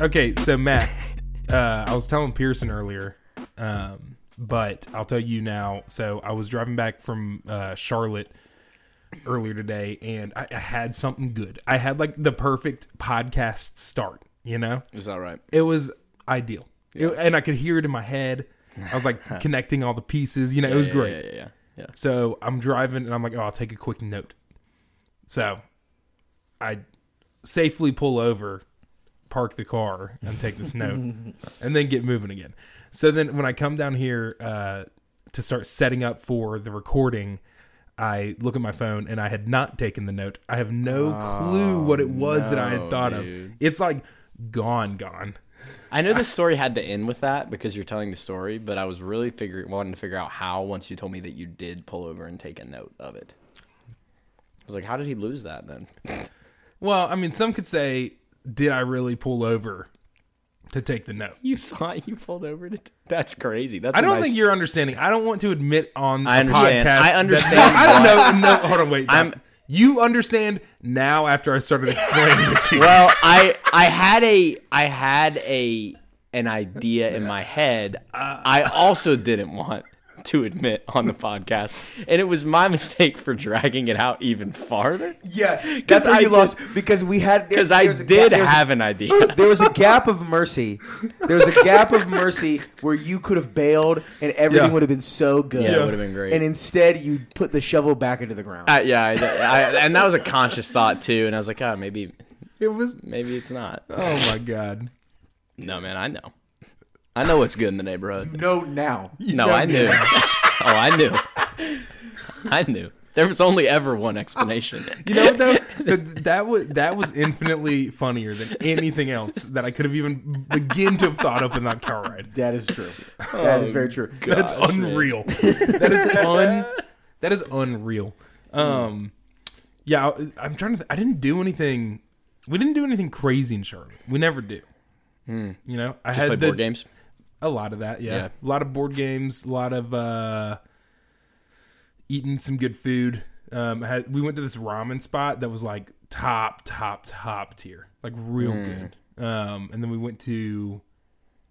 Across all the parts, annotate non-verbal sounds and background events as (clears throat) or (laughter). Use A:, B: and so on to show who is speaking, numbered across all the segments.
A: Okay, so Matt, uh, I was telling Pearson earlier, um, but I'll tell you now. So I was driving back from uh, Charlotte earlier today, and I, I had something good. I had like the perfect podcast start. You know,
B: Is that right?
A: it was ideal, It- and I could hear it in my head. I was
B: (laughs)
A: like connecting all the pieces. You know, it was
B: Yeah,
A: great.
B: Yeah, yeah, yeah. yeah.
A: So I'm driving and I'm like, oh, I'll take a quick note. So I safely pull over, park the car, and take this
B: (laughs)
A: note, and then get moving again. So then when I come down here uh, to start setting up for the recording, I look at my phone and I had not taken the note. I have no clue what it was that I had
B: Oh, no,
A: thought of.
B: dude.
A: It's like gone, gone.
B: I know this story had to end with that because you're telling the story, but I was really figuring wanting to figure out how once you told me that you did pull over and take a note of it. I was like, how did he lose that then? (laughs)
A: Well, I mean, some could say, did I really pull over to take the note?
B: You thought you pulled over to? T- That's crazy. That's
A: I don't
B: (laughs)
A: think you're understanding. I don't want to admit on
B: I
A: a
B: understand.
A: podcast.
B: I
A: that- (laughs)
B: understand
A: I don't know. No, hold on, wait.
B: I'm-
A: Tom. you understand now after I started explaining it to
B: (laughs)
A: you.
B: well, I I had a I had a an idea in my head. I also didn't want to admit on the podcast, and it was my mistake for dragging it out even farther (laughs)
C: Yeah, that's where
B: I
C: you
B: did-
C: lost because we had there-
B: because I
C: there's a
B: did
C: gap- there's a-
B: have an idea.
C: (laughs) There was a gap of mercy. There was a gap of mercy where you could have bailed and everything
A: Yeah.
C: would have been so good.
B: Yeah, it would've been great.
C: And instead, you put the shovel back into the ground.
B: Uh, yeah, I, I- and that was a conscious thought too. And I was like, oh, maybe
A: It was.
B: maybe it's not.
A: Oh my god.
B: No, man, I know. I know what's good in the neighborhood. (laughs)
C: no, now.
B: No, I knew.
A: (laughs)
B: oh, I knew. I knew. There was only ever one explanation.
A: (laughs) You know what though? that, that was that was infinitely funnier than anything else that I could have even begin to have thought up in that car ride.
C: That
B: (laughs)
C: is true.
B: Oh,
C: That is very true.
A: That's
B: Gosh, man. (laughs)
A: unreal. that is un. That is unreal. Um, yeah, I, I'm trying to. Th- I didn't do anything. We didn't do anything crazy in Charlotte. We never do. You know, I
B: Hmm. Just
A: had
B: play
A: the,
B: board games.
A: A lot of that, yeah.
B: Yeah.
A: A lot of board games. A lot of uh, eating some good food. Um, I had, we went to this ramen spot that was like top, top, top tier, like real good. Um, and then we went to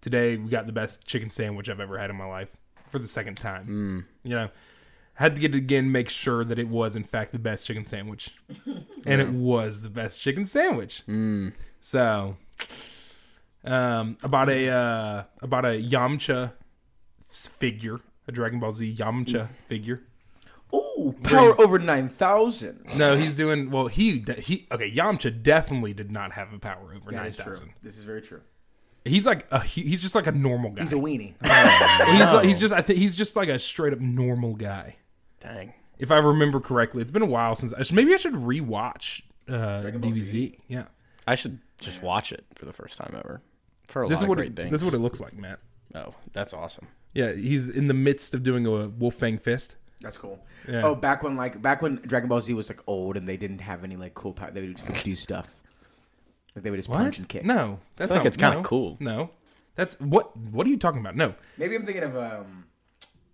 A: today. We got the best chicken sandwich I've ever had in my life for the second time. You know, had to get it again, make sure that it was in fact the best chicken sandwich, and it was the best chicken sandwich. So, um, about a uh, about a Yamcha s- figure, a Dragon Ball Z Yamcha figure.
C: Ooh, power over 9,000.
A: No, he's doing well. He de- he okay. Yamcha definitely did not have a power over
C: That
A: nine
C: is true.
A: thousand.
C: This is very true.
A: He's like a he- he's just like a normal guy.
C: He's
B: (laughs)
C: a weenie.
A: (laughs) He's like- he's just I think he's just like a straight up normal guy.
B: Dang.
A: If I remember correctly, it's been a while since I should, maybe I should rewatch uh,
C: Ball
A: DBZ. Yeah,
B: I should just watch it for the first time ever. For a
A: this
B: lot
A: is
B: of
A: what
B: great
A: it,
B: things.
A: this is what it looks like, Matt.
B: oh, that's awesome.
A: Yeah, he's in the midst of doing a Wolfang fist.
C: That's cool.
A: Yeah.
C: Oh, back when like back when Dragon Ball Z was like old and they didn't have any like cool power, they would just do stuff. Like they would just punch and kick.
A: No, that's
B: I feel like
A: not-
B: it's kinda
A: no.
B: cool.
A: No, that's what. What are you talking about? No,
C: Maybe I'm thinking of um,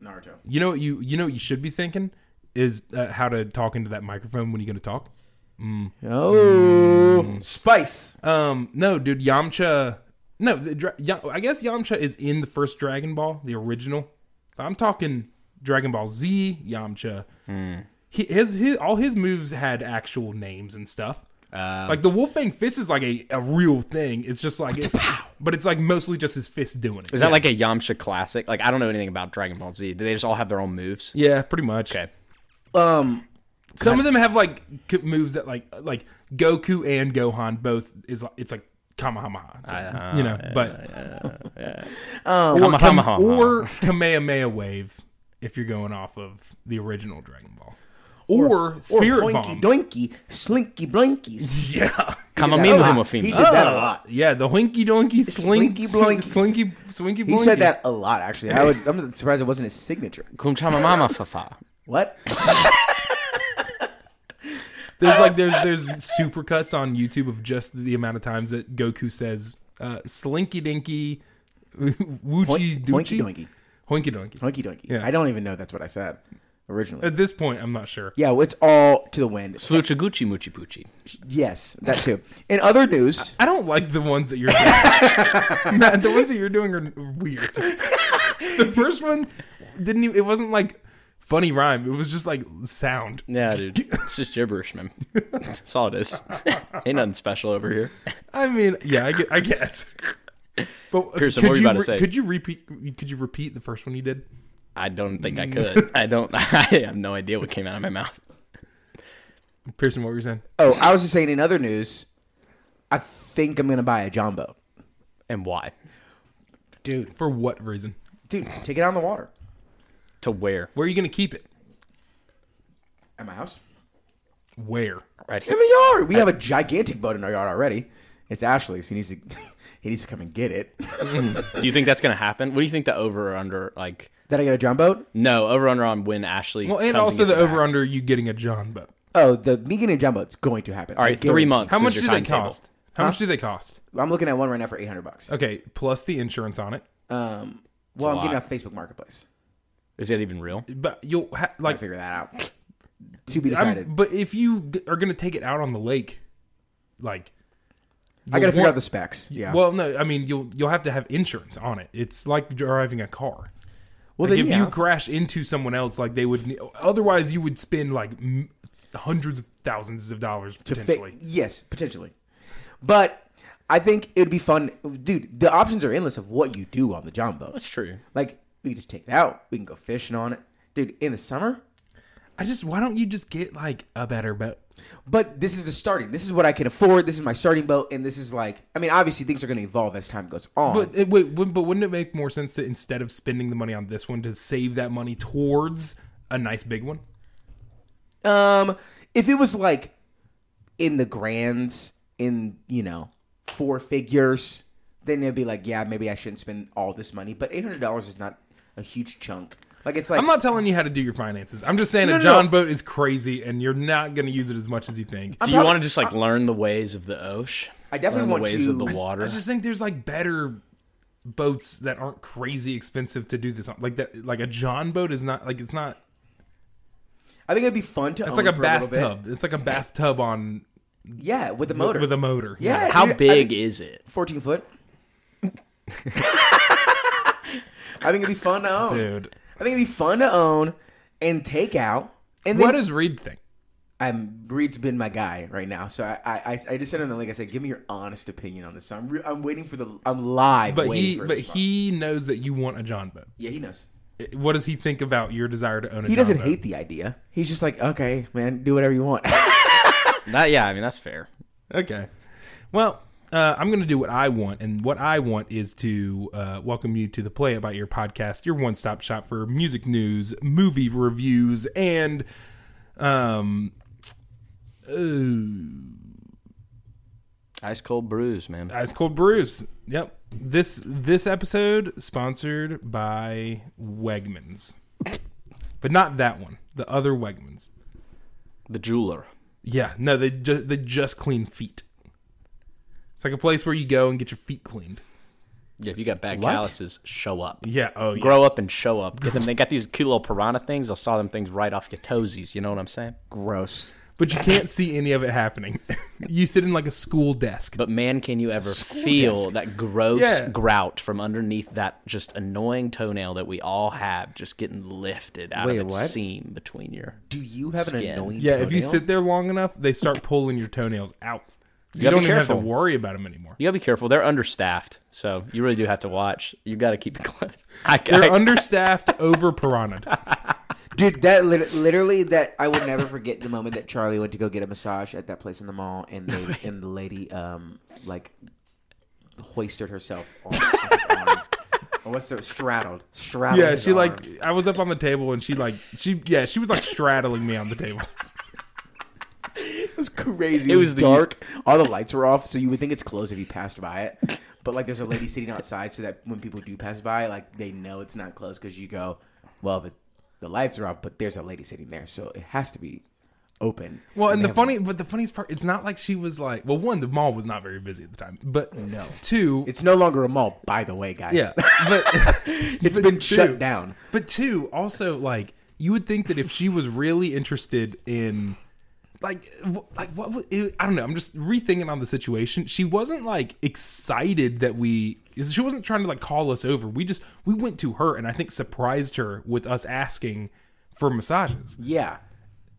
C: Naruto.
A: you know what you you know what you should be thinking is uh, how to talk into that microphone when you're going to talk.
C: Oh,
A: Mm.
C: spice.
A: Um, no, dude, Yamcha. No, the, dra- Ya- I guess Yamcha is in the first Dragon Ball, the original. But I'm talking Dragon Ball Z Yamcha.
B: Hmm.
A: He, his his all his moves had actual names and stuff.
B: Um,
A: like the Wolfang fist is like a, a real thing. It's just like, but it's like mostly just his fist doing it.
B: Is that like a Yamcha classic? Like I don't know anything about Dragon Ball Z. Do they just all have their own moves?
A: Yeah, pretty much.
B: Okay.
C: Um,
A: Some of them have like c- moves that like uh, like Goku and Gohan both is like it's like Kamehameha, It's like, you know. but or, Kam-
B: Kamehameha.
A: or Kamehameha wave if you're going off of the original Dragon Ball, or, Spirit
C: or
A: Bomb.
C: Hoinky Doinky, Slinky Blinkies.
A: (laughs) yeah,
B: Kamamimahima
C: He did
B: Fima.
C: that
A: Oh.
C: a lot.
A: yeah, the Hoinky Donkey Slink,
C: Slinky
A: Slinky Slinky
C: Blinkies.
A: Slinky.
C: He said
A: Blinky.
C: that a lot. Actually, I would, I'm surprised it wasn't his signature.
B: Kumchamamama
A: (laughs)
B: Fafa.
C: What?
A: There's like there's there's supercuts on YouTube of just the amount of times that Goku says uh, Slinky Dinky, (laughs) Woochie
C: Hoinky
A: Doochie,
C: Doinky,
A: Hoinky Donkey.
C: Hoinky Doinky.
A: Yeah.
C: I don't even know that's what I said. originally.
A: At this point, I'm not sure.
C: Yeah, well, it's all to the wind.
B: Sluchaguchi Muchi Puchi.
C: Yes, that too. In other news,
A: I don't like the ones that you're doing.
B: (laughs)
A: Matt, the ones that you're doing are weird. the first one didn't even, it wasn't like funny rhyme. It was just like sound.
B: Yeah,
A: (laughs)
B: dude. It's just gibberish, man. That's all it is. (laughs) Ain't nothing special over here.
A: I mean, yeah, I, gue- I guess. But uh,
B: Pearson,
A: could
B: what were you
A: you
B: about to
A: re-
B: say?
A: Could you repeat? Could you repeat the first one you did?
B: I don't think I
A: Mm.
B: could. I don't. (laughs) I have no idea what came out of my mouth.
A: Pearson, what were you saying?
C: oh, I was just saying. In other news, I think I'm gonna buy a jumbo,
B: And why?
C: dude.
A: For what reason?
C: Dude, take it out on the water
B: To where?
A: Where are you going to keep it?
C: at my house.
A: Where?
B: Right here.
C: In the yard, we have a gigantic boat in our yard already. It's Ashley's. He needs to. (laughs) He needs to come and get it. (laughs)
B: Do you think that's gonna happen? What do you think the over or under like?
C: Did I get a jumbo?
B: No, over under on when Ashley.
A: Well, and
B: comes
A: also
B: gets
A: the
B: it back.
A: over under you getting a John boat.
C: Oh, the me getting a jumbo. It's going to happen.
B: All
C: I
B: right, three
C: guarantee-
B: months.
A: How
B: is
A: much
B: your
A: do they
B: timetable.
A: cost? How much do they cost?
C: I'm looking at one right now for 800 bucks.
A: Okay, plus the insurance on it.
C: Um, well,
B: a
C: I'm getting
B: lot.
C: off Facebook Marketplace.
B: Is that even real?
A: But you'll ha-
C: I
A: like.
C: figure that out. to be
A: I'm-
C: decided.
A: but if you g- are going to take it out on the lake, like
C: I gotta
A: you'll
C: figure
A: want-
C: out the specs. Yeah.
A: Well, no, I mean you'll you'll have to have insurance on it. It's like driving a car.
C: well,
A: Like
C: then,
A: if
C: yeah.
A: you crash into someone else, like they would. ne- Otherwise, you would spend like m- hundreds of thousands of dollars
C: to fit-
A: potentially.
C: yes, potentially. But I think it'd be fun, dude. The options are endless of what you do on the John boat.
B: That's true.
C: Like we can just take it out. We can go fishing on it, dude. In the summer.
A: I just why don't you just get like a better boat?
C: But this is the starting. This is what I can afford. This is my starting boat, and this is like. I mean, obviously things are going to evolve as time goes on.
A: But it, wait, wou- but wouldn't it make more sense to instead of spending the money on this one to save that money towards a nice big one?
C: Um, if it was like in the grands, in you know, four figures, then it'd be like, yeah, maybe I shouldn't spend all this money. But eight hundred dollars is not a huge chunk. Like it's like
A: I'm not telling you how to do your finances. I'm just saying
C: No,
A: a
C: no,
A: John
C: no.
A: boat is crazy, and you're not going to use it as much as you think.
B: Do you want to just like learn the ways of the ocean?
C: I definitely
B: learn
C: want
B: the ways
C: to-
B: of the
A: (laughs)
B: water.
A: I just think there's like better boats that aren't crazy expensive to do this on. Like that, like a John boat is not like it's not.
C: I think it'd be fun to.
A: It's
C: own
A: like a
C: for little bit.
A: bathtub. It's like a bathtub on
C: Yeah, with a motor.
A: with a motor.
C: yeah,
B: How
C: dude, I
B: big
C: think
B: is it?
C: Fourteen foot. (laughs) I think it'd be fun to own.
A: dude.
C: I think it'd be fun to own and take out. And then
A: What does Reed think?
C: I'm Reed's been my guy right now, so I I, I, I just sent him the link. I said, "Give me your honest opinion on this." So I'm re- I'm waiting for the I'm live.
A: But
C: waiting
A: he
C: for his
A: but
C: response.
A: he knows that you want a John boat.
C: yeah he knows.
A: What does he think about your desire to own a
C: He
A: John
C: doesn't
A: boat?
C: hate the idea. He's just like, okay, man, do whatever you want. (laughs)
B: That yeah, I mean that's fair.
A: Okay. Well, uh, I'm going to do what I want, and what I want is to uh, welcome you to the Play About Your podcast, your one stop shop for music news, movie reviews, and um, uh,
B: Ice cold brews, man.
A: Ice Cold Brews. Yep. This this episode sponsored by Wegmans, but not that one. The other Wegmans.
B: The jeweler.
A: Yeah, no, they just they just clean feet. It's like a place where you go and get your feet cleaned.
B: Yeah, if you got bad
C: What?
B: calluses, show up.
A: Yeah. Oh, yeah.
B: Grow up and show up. Get them. They got these cute little piranha things. I saw them things right off your toesies. You know what I'm saying?
C: Gross.
A: but you can't see any of it happening. (laughs) you sit in like a school desk.
B: But man, can you ever feel that gross
A: Yeah.
B: grout from underneath that just annoying toenail that we all have, just getting lifted out
C: Wait,
B: of its
C: what?
B: seam between your.
C: Do you have an
B: Skin.
C: annoying?
A: yeah, if you
C: toenail?
A: sit there long enough, they start pulling your toenails out. You,
B: gotta
A: don't
B: be
A: even have to
B: careful.
A: worry about them anymore.
B: You gotta be careful. They're understaffed, so you really do have to watch. You gotta keep (laughs) it close. I,
A: They're
B: I-
A: understaffed, (laughs) over piranha'd.
C: dude, that lit- literally that I will never forget the moment that Charlie went to go get a massage at that place in the mall, and
A: (laughs)
C: the and the lady um like hoisted herself on,
A: (laughs)
C: on his arm. Or what's the straddled? Straddled.
A: Yeah,
C: his
A: she
C: arm.
A: like I was up on the table and she like she yeah she was like straddling me on the table.
C: It was crazy. It,
B: It
C: was,
B: was the-
C: dark. All the lights were off, so you would think it's closed if you passed by it. But like, there's a lady sitting outside, so that when people do pass by, like they know it's not closed because you go, well, the, the lights are off, but there's a lady sitting there, so it has to be open.
A: (laughs) Well, and
C: they
A: the
C: have-
A: funny but the funniest part, it's not like she was like well one the mall was not very busy at the time, but no two
C: it's no longer a mall, by the way, guys.
A: yeah but
C: it's
A: but
C: been
A: two-
C: shut down.
A: But two, also like You would think that if she was really interested in, like, w- like what? would- it- I don't know. I'm just rethinking on the situation. She wasn't like excited that we. She wasn't trying to like call us over. We just we went to her and I think surprised her with us asking for massages.
C: (laughs) Yeah.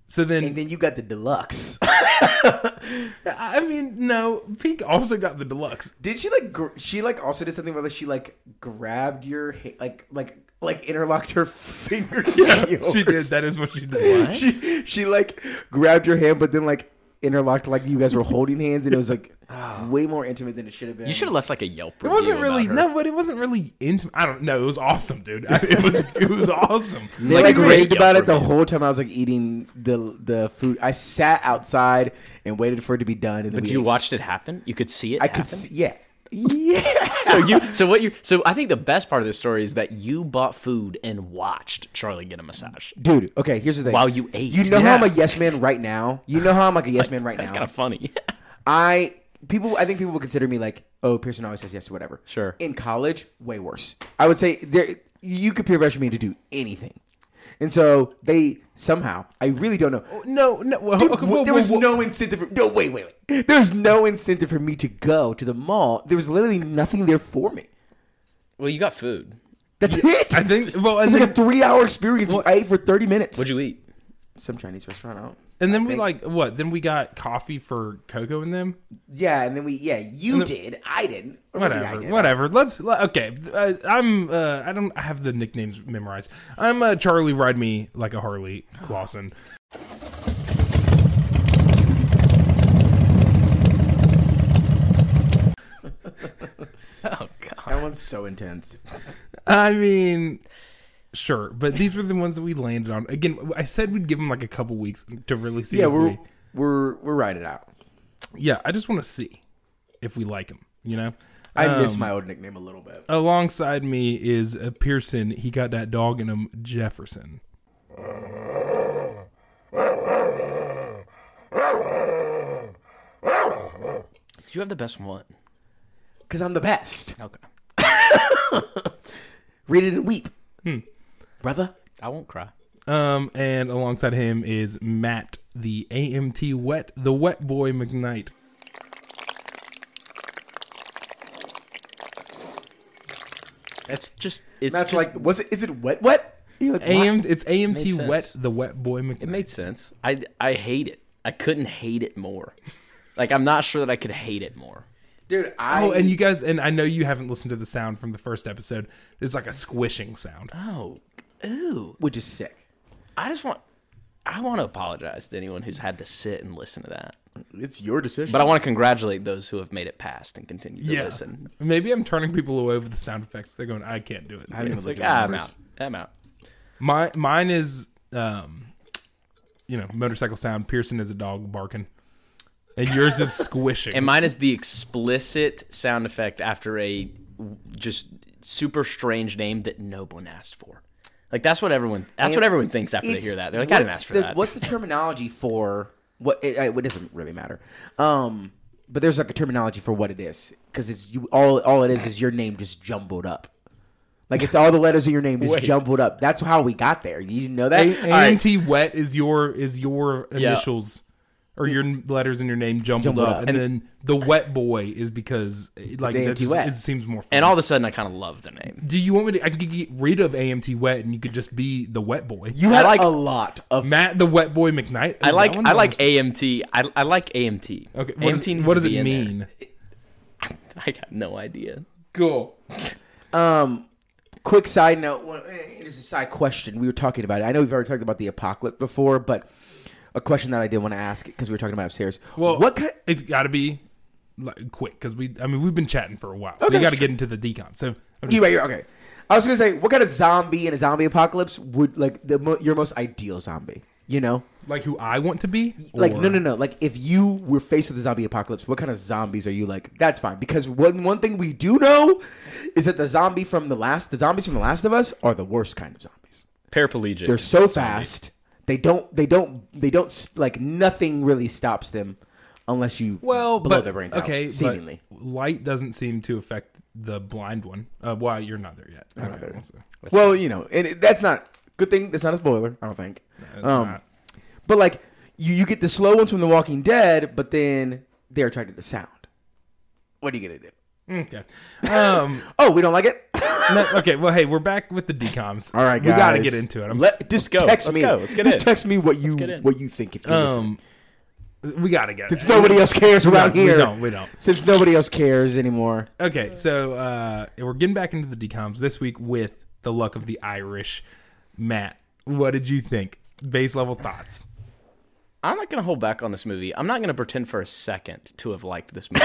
A: So then
C: And then you got the deluxe. (laughs)
A: I mean, no, Pink also got the
C: (laughs)
A: deluxe.
C: Did she like? Gr- she like also did something where like she like grabbed your ha- like like like interlocked her (laughs) fingers. at you
A: She
C: over
A: did. That is what she did.
C: (laughs) she she like grabbed your hand, but then like interlocked like you guys were holding hands, and it was like
B: (laughs)
C: way more intimate than it should have
B: Ah.
C: been.
B: You should have left like a Yelp
A: It
B: review.
A: wasn't really
B: about her.
A: no, but it wasn't really intimate. I don't know. It was awesome, (laughs) dude. I- it was it was awesome.
C: They, (laughs) like,
B: Like, great
C: raved about
B: Yelp
C: it the
B: review.
C: whole time I was like eating the the food. I sat outside and waited for it to be done. And then
B: But
C: we
B: you
C: ate.
B: watched it happen. You could see it.
C: I
B: happen?
C: could see, yeah, (laughs) yeah.
B: So (laughs) you. So what you. So I think the best part of this story is that you bought food and watched Charlie get a massage.
C: Dude, okay. Here's the thing.
B: While you ate.
C: you know how I'm
A: Yeah.
C: a yes man right now. You know how I'm like a yes man right
B: That's
C: now.
B: kind of funny. (laughs)
C: I people I think people would consider me like, oh, Pearson always says yes to whatever.
B: Sure.
C: In college, way worse. I would say there you could peer pressure me to do anything. And so they somehow, I really don't know.
A: No, no. Well,
C: Dude,
A: okay,
C: wh-
A: whoa,
C: there
A: whoa,
C: was
A: whoa.
C: no incentive. For, no, wait, wait, wait. There was no incentive for me to go to the mall. There was literally nothing there for me.
B: well, you got food.
C: That's it.
A: I think. (laughs) Well, and
C: it's like
A: then,
C: a three-hour experience. I ate for thirty minutes.
B: What'd you eat?
C: Some Chinese restaurant. I don't.
A: and then we like what? Then we got coffee for Coco and them.
C: Yeah, and then we. Yeah, you did. I didn't. Or maybe I
A: Whatever,
C: did.
A: whatever. Let's let- okay. I, I'm. Uh, I don't have the nicknames memorized. I'm uh, Charlie. Ride me like a Harley Clausen.
B: Oh God.
C: That one's so intense.
A: I mean, sure, but these were the ones that we landed on. Again, I said we'd give them like a couple weeks to really see.
C: Yeah,
A: if
C: we're
A: we-
C: we're we're right it out.
A: yeah. I just want to see if we like them. You know,
C: I
B: Um,
C: miss my old nickname a little bit.
A: alongside me is uh, Pearson. He got that dog in him, Jefferson.
B: Did you have the best one?
C: Because I'm the best.
B: Okay.
C: Read it and weep.
B: Hmm.
C: Brother.
B: I won't cry.
A: Um, and alongside him is Matt, the AMT wet, the wet boy McKnight.
B: That's just. It's
C: That's
B: just-
C: like, was it? Is it wet? Wet? You're like,
A: AM, it's
B: Makes
A: AMT
B: sense.
A: wet, the wet boy McKnight.
B: It made sense. I I hate it. I couldn't hate it more. Like I'm not sure that I could hate it more.
C: "What?" dude. I
A: Oh, and you guys, and I know you haven't listened to the sound from the first episode. It's like a squishing sound.
B: Oh, ooh.
C: which is sick.
B: I just want. I want to apologize to anyone who's had to sit and listen to that,
C: It's your decision.
B: but I want to congratulate those who have made it past and continue to
A: Yeah.
B: listen.
A: Maybe I'm turning people away with the sound effects. They're going, I can't do it.
C: I haven't even
B: It's like
C: looked
B: ah,
C: at
B: I'm
C: the
B: out.
C: numbers.
B: I'm out.
A: My mine is, um, you know, motorcycle sound. Pearson is a dog barking, and yours
B: (laughs)
A: is squishing.
B: And mine is the explicit sound effect after a just super strange name that no one asked for. Like that's what everyone. That's what everyone thinks after they
C: It's-
B: hear that. They're like, I didn't
C: what's
B: ask for
C: the,
B: that.
C: What's the terminology for what? It, it doesn't really matter. Um, but there's like a terminology for what it is because it's you. All all it is is your name just jumbled up. Like it's all the letters in
B: (laughs)
C: your name just
B: Wait.
C: jumbled up. That's how we got there. You didn't know that?
A: A- AMT wet is your is your
B: Yeah.
A: initials or your n- letters in your name jumbled,
C: Jumbled
A: up,
C: up.
A: and, then the wet boy is because eh, like
C: It's
A: that
C: AMT
A: just,
C: wet.
A: it seems more. Fun.
B: and all of a sudden, I kind of love the name.
A: do you want me to? I could get rid of AMT wet, and you could just be the wet boy.
C: you had
B: like-
C: a lot of
A: Matt the wet boy McKnight.
B: I like I like AMT. I, I like AMT.
A: Okay, what,
B: AMT
A: does,
B: needs
A: what
B: to
A: does
B: be
A: it
B: in there.
A: mean?
B: (laughs) I got no idea.
A: Cool.
C: Um, quick side note. Well, eh, it is a side question. We were talking about it. I know we've already talked about the apocalypse before, but a question that I did want to ask because we were talking about upstairs.
A: Well,
C: what kind?
A: It's got to be like, quick because we. I mean, we've been chatting for a while.
C: Okay,
A: we got to
C: sure.
A: get into the decon. So I'm just,
C: You right here. Okay. I was gonna say, what kind of zombie in a zombie apocalypse would like the mo- your most ideal zombie? You know,
A: like who I want to be.
C: like
A: or-
C: no, no, no. Like if you were faced with a zombie apocalypse, what kind of zombies are you like? That's fine because one one thing we do know is that the zombie from the last, the zombies from the Last of Us are the worst kind of zombies.
B: Paraplegic.
C: They're so fast. They don't. They don't. They don't. s- Like nothing really stops them, unless you
A: Well,
C: blow
A: but,
C: their brains
A: okay,
C: out.
A: but
C: Seemingly,
A: light doesn't seem to affect the blind one. Uh, well, you're not there yet. Okay, we'll see.
C: well, you know, and it, that's not Good thing it's not a spoiler. I don't think.
A: It's
C: Um,
A: not-
C: But like you, you get the slow ones from The Walking Dead, but then they're attracted to sound. What are you gonna do?
A: okay. Um, (laughs)
C: Oh, we don't like it.
A: no- okay. Well, hey, we're back with the decoms.
C: All (laughs) right, guys.
A: we gotta get into it. I'm
C: Let, just
B: go.
C: text
B: Let's
C: me.
B: go. Let's get
C: just
B: in.
C: text me what you
B: get in.
C: what you think. If you listen.
A: um, we gotta get.
C: since nobody else cares around
A: we
C: here,
A: don't, we don't.
C: Since nobody else cares anymore.
A: Okay, so uh, we're getting back into the decoms this week with the luck of the Irish. Matt, what did you think? Base level thoughts.
B: I'm not gonna hold back on this movie. I'm not gonna pretend for a second to have liked this
C: (laughs)
B: movie.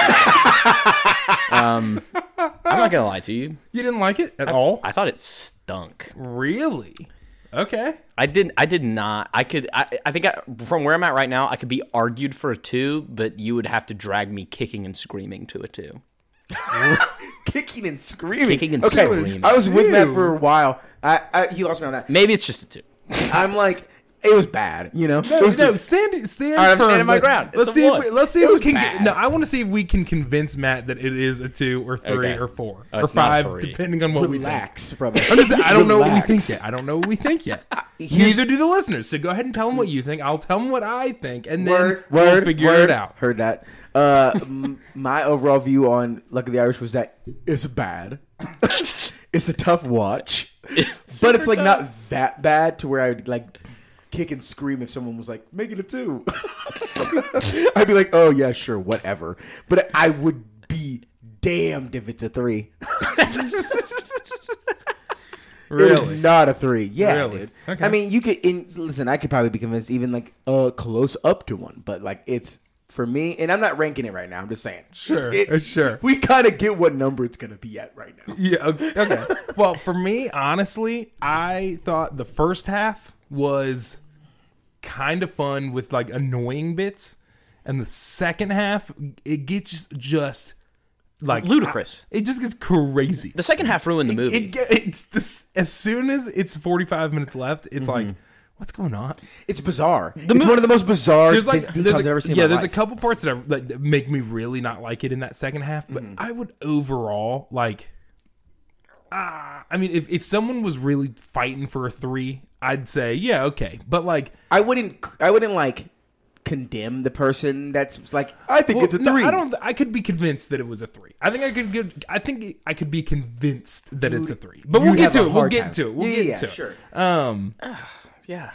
B: um, I'm not gonna lie to you.
A: You didn't like it at all,
B: I thought it stunk.
A: really? Okay.
B: I didn't. I did not. I could. I, I think I, from where I'm at right now, I could be argued for a two, but you would have to drag me kicking and screaming to a two.
C: Kicking and screaming.
B: Kicking and
C: okay,
B: screaming.
C: I was with Matt for a while. I, I he lost me on that.
B: Maybe it's just a two.
C: I'm like, it was bad. You know,
A: No,
C: It was-
A: no, stand, stand.
B: All right, I'm
A: firm.
B: standing my
A: Let-
B: ground. It's
A: Let's
B: a
A: see.
B: one.
A: If we, let's see if
C: It
A: we
C: was
A: can.
C: bad.
A: No, I want to see if we can convince Matt that it is a two or three
B: Okay.
A: or four
B: Oh,
A: or
B: it's not a
A: five,
B: three.
A: depending on what
C: relax, brother.
A: we think. I'm just- I don't know what we think
C: Relax.
A: yet. I don't know what we think
B: (laughs)
A: yet.
C: here's-
A: Neither do the listeners. So go ahead and tell them what you think. I'll tell them what I think, and then
C: Word,
A: we'll
C: word,
A: figure
C: word.
A: it out.
C: Heard that. Uh, (laughs) m- my overall view on Luck of the Irish was that it's bad. (laughs) it's a tough watch, but it's like not that bad to where I would like kick and scream if someone was like, "Make it a two. (laughs) I'd be like, "Oh yeah, sure, whatever." But I would be damned if it's a three. (laughs) It was not a three. Yeah,
A: Really?
C: dude.
A: Okay.
C: I mean, you could in, listen. I could probably be convinced even like uh close up to one, but like it's for me, and I'm not ranking it right now. I'm just saying. It's-
A: Sure,
C: it-
A: sure.
C: We kind of get what number it's gonna be at right now.
A: Yeah. Okay. okay. well, for me, honestly, I thought the first half was kind of fun with like annoying bits, and the second half it gets just like
B: Ludicrous.
A: It just gets crazy.
B: The second half ruined the movie.
A: It get, it's this, as soon as it's forty five minutes left, it's
B: Mm-hmm.
A: like. What's going on?
C: It's bizarre. it's one of the most bizarre
A: There's like,
C: dis-
A: there's
C: sitcoms
A: a,
C: I've ever seen.
A: yeah,
C: in my
A: there's a
C: life.
A: couple parts that, I, like, that make me really not like it in that second half. But
C: Mm-hmm.
A: I would overall like ah, I mean, if, if someone was really fighting for a three, I'd say, yeah, okay. But like,
C: I wouldn't. I wouldn't like condemn the person that's like. I think
A: well,
C: it's a
A: no,
C: three.
A: I don't. I could be convinced that it was a three. I think I could get. I think I could be convinced that it's a three. But
C: you
A: we'll get
C: have a
A: to it. We'll
C: hard
A: get
C: time.
A: to it. We'll
C: Yeah,
A: get
C: yeah,
A: to
C: sure.
A: it. Um,
B: yeah.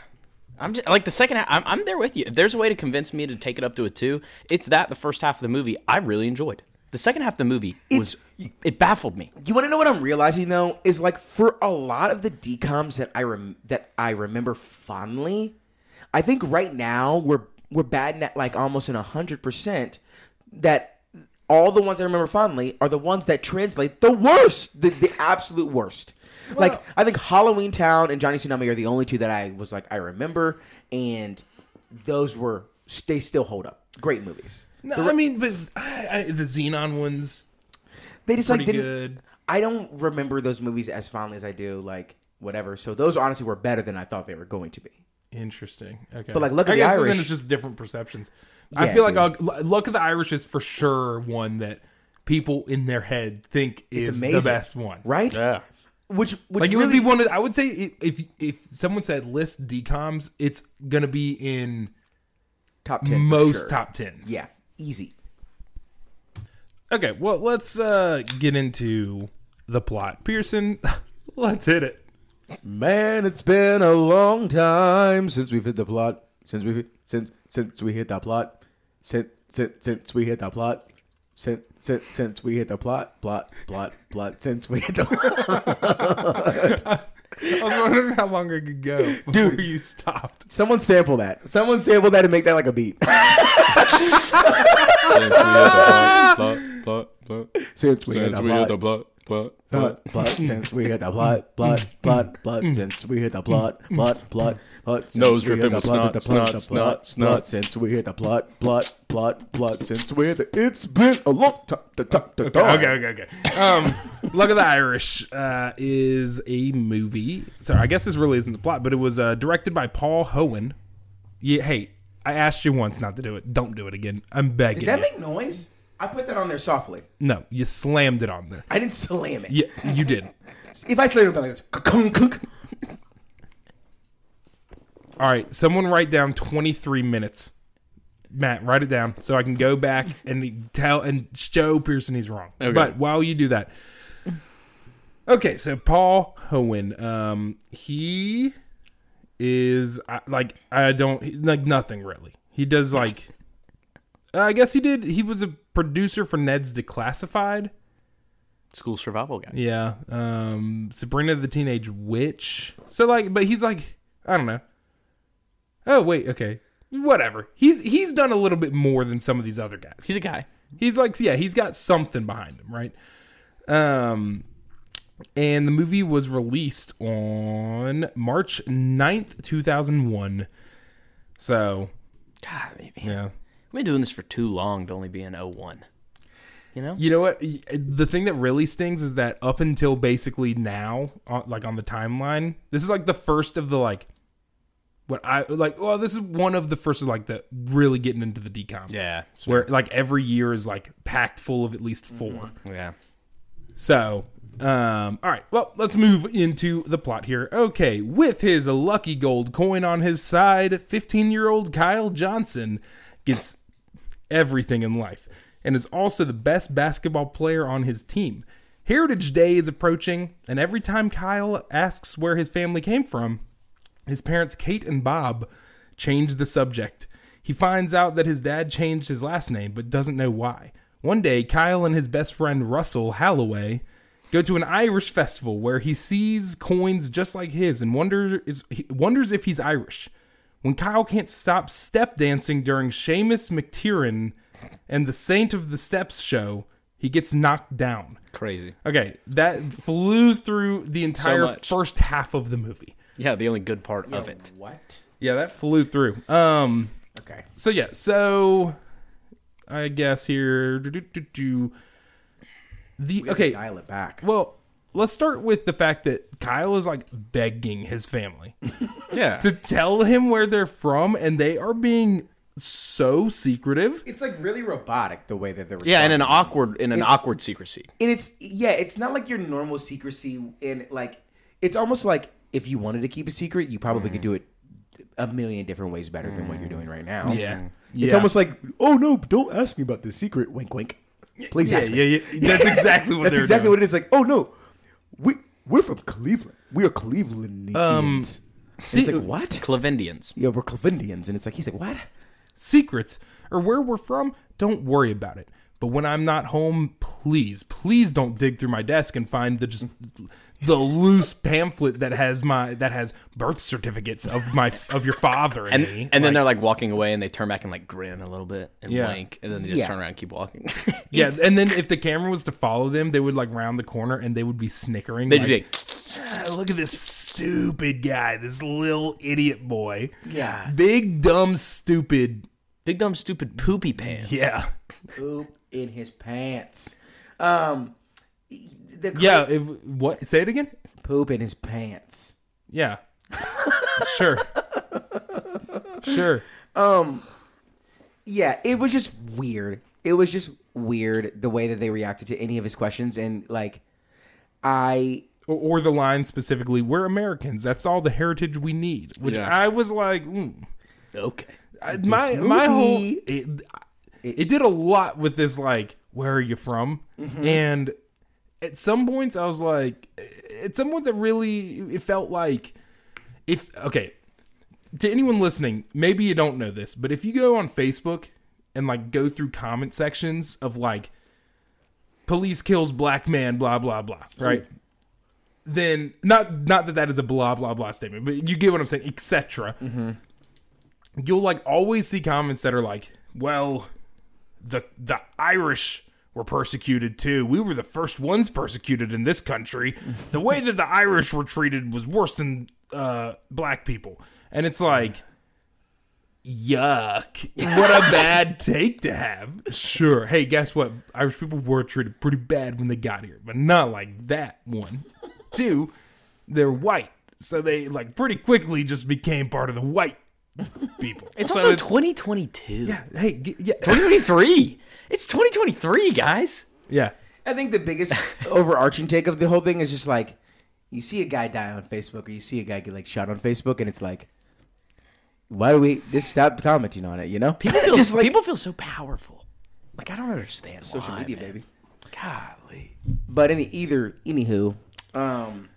B: I'm just like the second half. I'm, I'm there with you. If there's a way to convince me to take it up to a two, it's that. The first half of the movie I really enjoyed. The second half of the movie was it baffled me.
C: You want to know what I'm realizing though is like for a lot of the decoms that I rem- that I remember fondly, I think right now we're we're batting at like almost an hundred percent that all the ones I remember fondly are the ones that translate the worst, the, the absolute worst. like I think Halloween Town and Johnny Tsunami are the only two that I was like I remember, and those were they still hold up. Great movies.
A: no, I mean, but I, I, the Xenon ones
C: They just like
A: pretty
C: didn't.
A: good.
C: I don't remember those movies as fondly as I do, like whatever. So those honestly were better than I thought they were going to be.
A: Interesting. Okay,
C: But, like, Luck of
A: I
C: the
A: guess then
C: Irish-
A: it's just different perceptions. I
C: Yeah,
A: feel like
C: dude.
A: I'll, Luck of the Irish is for sure one that people in their head think
C: It's
A: is
C: amazing,
A: the best one,
C: right? Which which
A: like it
C: really
A: would be one of I would say i- if if someone said list decoms, it's gonna be in
C: top ten for
A: most
C: sure.
A: top tens.
C: Yeah, easy.
A: Okay, well let's uh get into the plot. Pearson, (laughs) let's hit it.
C: Man, it's been a long time since we've hit the plot. Since we've since since we hit that plot. Since since since we hit that plot. Since since since we hit the plot plot plot plot. (laughs) Since we hit the
A: I was wondering how long I could go before
C: Dude.
A: you stopped.
C: someone sample that. Someone sample that and make that like a beat. Ah! Since we hit the plot.
A: (laughs)
C: Plot, plot, since we hit the plot, plot, plot, plot, since we hit the plot, plot, plot, plot, since
B: Nose
C: we hit
B: dripping
C: the
B: with
C: plot,
B: snot,
C: the plot,
B: snot,
C: the plot,
B: snot,
C: plot, since we hit the plot, plot, plot, plot, since we hit the, it's been a long time, the top, the
A: Okay,
C: dog.
A: okay, okay, okay. Um, Luck of the Irish uh, is a movie. Sorry, I guess this really isn't the plot, but it was uh, directed by Paul Hohen. Yeah, hey, I asked you once not to do it. Don't do it again. I'm begging. you.
C: noise? I put that on there softly.
A: No, you slammed it on there.
C: I didn't slam it.
A: Yeah, you did.
C: If I slammed it like this,
A: All right, someone write down 23 minutes. Matt, write it down so I can go back and tell and show Pearson he's wrong. But while you do that, okay. So Paul Hohen, um, he is I- like I don't like nothing really. He does like I guess he did. He was a producer for Ned's Declassified.
B: School survival guy.
A: Yeah. Um Sabrina the Teenage Witch. So like but he's like I don't know. Oh wait, okay. Whatever. He's he's done a little bit more than some of these other guys.
B: He's a guy.
A: He's like, yeah, he's got something behind him, right? Um, and the movie was released on March 9th, 2001. So,
B: God, man.
A: yeah.
B: We've been doing this for too long to only be oh in 01. You know?
A: You know what? The thing that really stings is that up until basically now, on- like on the timeline, this is like the first of the like, what I like, well, this is one of the first of like the really getting into the decom.
B: Yeah.
A: Where like every year is like packed full of at least 4
B: Yeah.
A: So, um, all right. Well, let's move into the plot here. Okay, with his lucky gold coin on his side, 15 year old Kyle Johnson gets everything in life and is also the best basketball player on his team. Heritage Day is approaching, and every time Kyle asks where his family came from, his parents, Kate and Bob, change the subject. He finds out that his dad changed his last name, but doesn't know why. One day, Kyle and his best friend Russell Halloway go to an Irish festival where he sees coins just like his and wonders is, he wonders if he's Irish. When Kyle can't stop step dancing during Seamus McTiernan and the Saint of the Steps show, he gets knocked down.
B: Crazy.
A: Okay, that flew through the entire
B: much.
A: first half of the movie.
B: Yeah, the only good part of it.
C: What?
A: Yeah, that flew through. Um,
C: Okay.
A: so yeah, so I guess here do, do, do, do. the
C: Okay.
A: okay.
C: Dial it back.
A: Well, let's start with the fact that Kyle is like begging his family
B: Yeah.
A: to tell him where they're from, and they are being so secretive.
C: It's like really robotic the way that they're.
B: Yeah, in an awkward in an awkward secrecy.
D: and it's yeah, it's not like your normal secrecy. And like, it's almost like if you wanted to keep a secret, you probably
A: Mm.
D: could do it a million different ways better than what you're doing right now.
A: Yeah,
C: It's
A: Yeah.
C: almost like, oh no, don't ask me about this secret. Wink, wink. Please
A: yeah,
C: ask me.
A: yeah, yeah.
C: (laughs)
A: That's exactly what.
C: That's
A: they're
C: exactly
A: doing.
C: what it is. Like, oh no, we we're from Cleveland. We are Clevelandians. Um, it's like what?
B: Clavendians.
C: Yeah, we're Clevelandians, and it's like he's like what?
A: secrets or where we're from, don't worry about it. But when I'm not home, please, please don't dig through my desk and find the just the loose pamphlet that has my that has birth certificates of my of your father and,
B: And,
A: me.
B: and then they're like walking away and they turn back and like grin a little bit and
A: Yeah.
B: blink and then they just
D: Yeah.
B: turn around and keep walking. (laughs)
A: yes, and then if the camera was to follow them, they would like round the corner and they would be snickering.
B: They'd
A: like,
B: be like,
A: "Ah, look at this stupid guy, this little idiot boy,
D: Yeah. (laughs)
A: big dumb stupid.
B: big dumb stupid poopy pants.
A: Yeah,
D: poop in his pants. Um, the
A: yeah. (laughs) If, what? Say it again.
D: poop in his pants.
A: Yeah. sure. Sure.
D: Yeah, it was just weird. It was just weird the way that they reacted to any of his questions, and like, I
A: Or, or the line specifically, we're Americans. That's all the heritage we need. Which
B: Yeah.
A: I was like, mm.
B: Okay.
A: I, my my whole
D: movie-
A: it, it did a lot with this like, where are you from? And at some points, I was like, at some points, I really it felt like if okay to anyone listening, maybe you don't know this, but if you go on Facebook and like go through comment sections of like police kills black man blah blah blah, right? Then not not that that is a blah blah blah statement, but you get what I'm saying, etc. You'll like always see comments that are like, well, the the Irish were persecuted too. We were the first ones persecuted in this country. The way that the Irish were treated was worse than uh, black people, and it's like, yuck! What (laughs) a bad take to have. Sure. Hey, guess what? Irish people were treated pretty bad when they got here, but not like that one. Two, they're white, so they like pretty quickly just became part of the white people.
B: It's
A: So
B: also 2022.
A: hey, g- yeah,
B: 2023. It's 2023, guys.
A: yeah.
D: I think the biggest
B: (laughs)
D: overarching take of the whole thing is just like you see a guy die on Facebook or you see a guy get like shot on Facebook and it's like Why do we just stop commenting on it? You know, (laughs)
B: People feel,
D: just like
B: people feel so powerful. Like I don't understand
D: social
B: why,
D: media,
B: man.
D: baby.
B: Golly.
D: But any either anywho, um,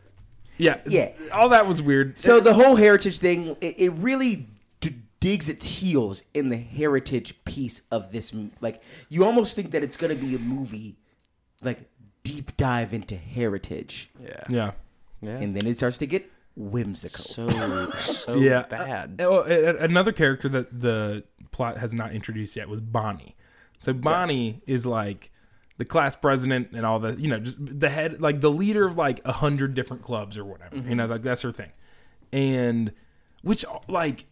A: Yeah,
D: Yeah.
A: All that was weird.
D: so the whole heritage thing, it, it really d- digs its heels in the heritage piece of this. m- Like you almost think that it's gonna be a movie, like deep dive into heritage,
B: Yeah.
A: yeah,
B: Yeah.
D: and then it starts to get whimsical.
B: so
A: (laughs)
B: so
A: yeah.
B: bad.
A: Uh, oh, a- a- another character that the plot has not introduced yet was Bonnie. So Bonnie is like the class president and all the you know just the head like the leader of like a hundred different clubs or whatever. You know, like that's her thing. And which like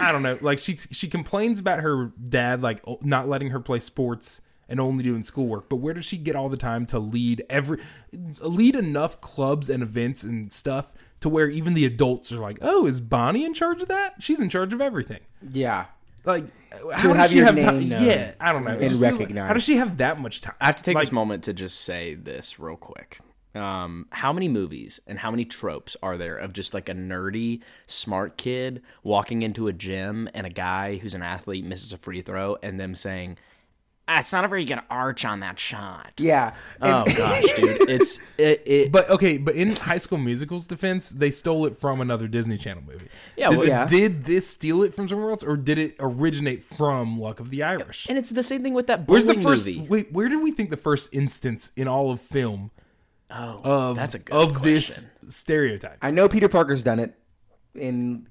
A: I don't know. Like she she complains about her dad like o- not letting her play sports and only doing schoolwork. But where does she get all the time to lead every lead enough clubs and events and stuff to where even the adults are like, "Oh, is Bonnie in charge of that? She's in charge of everything."
D: Yeah,
A: Like how
D: have
A: does she
D: your
A: have
D: name
A: time?
D: known
A: Yeah, I don't know. It just feels like-
D: recognized.
A: how does she have that much time?
B: I have to take this moment to just say this real quick. Um, how many movies and how many tropes are there of just like a nerdy, smart kid walking into a gym and a guy who's an athlete misses a free throw and them saying, ah, "It's not a very good arch on that shot."
D: yeah. And-
B: Oh gosh, dude, it's it. it
A: But okay, but in High School Musical's defense, they stole it from another Disney Channel movie.
B: Yeah,
A: did,
B: well-
D: Yeah.
A: did this steal it from somewhere else, or did it originate from Luck of the Irish?
B: and it's the same thing with that
A: Where's
B: bowling
A: the first?
B: movie.
A: Wait, where do we think the first instance in all of film
B: Oh,
A: of
B: that's a good
A: of
B: question.
A: this stereotype?
D: I know Peter Parker's done it in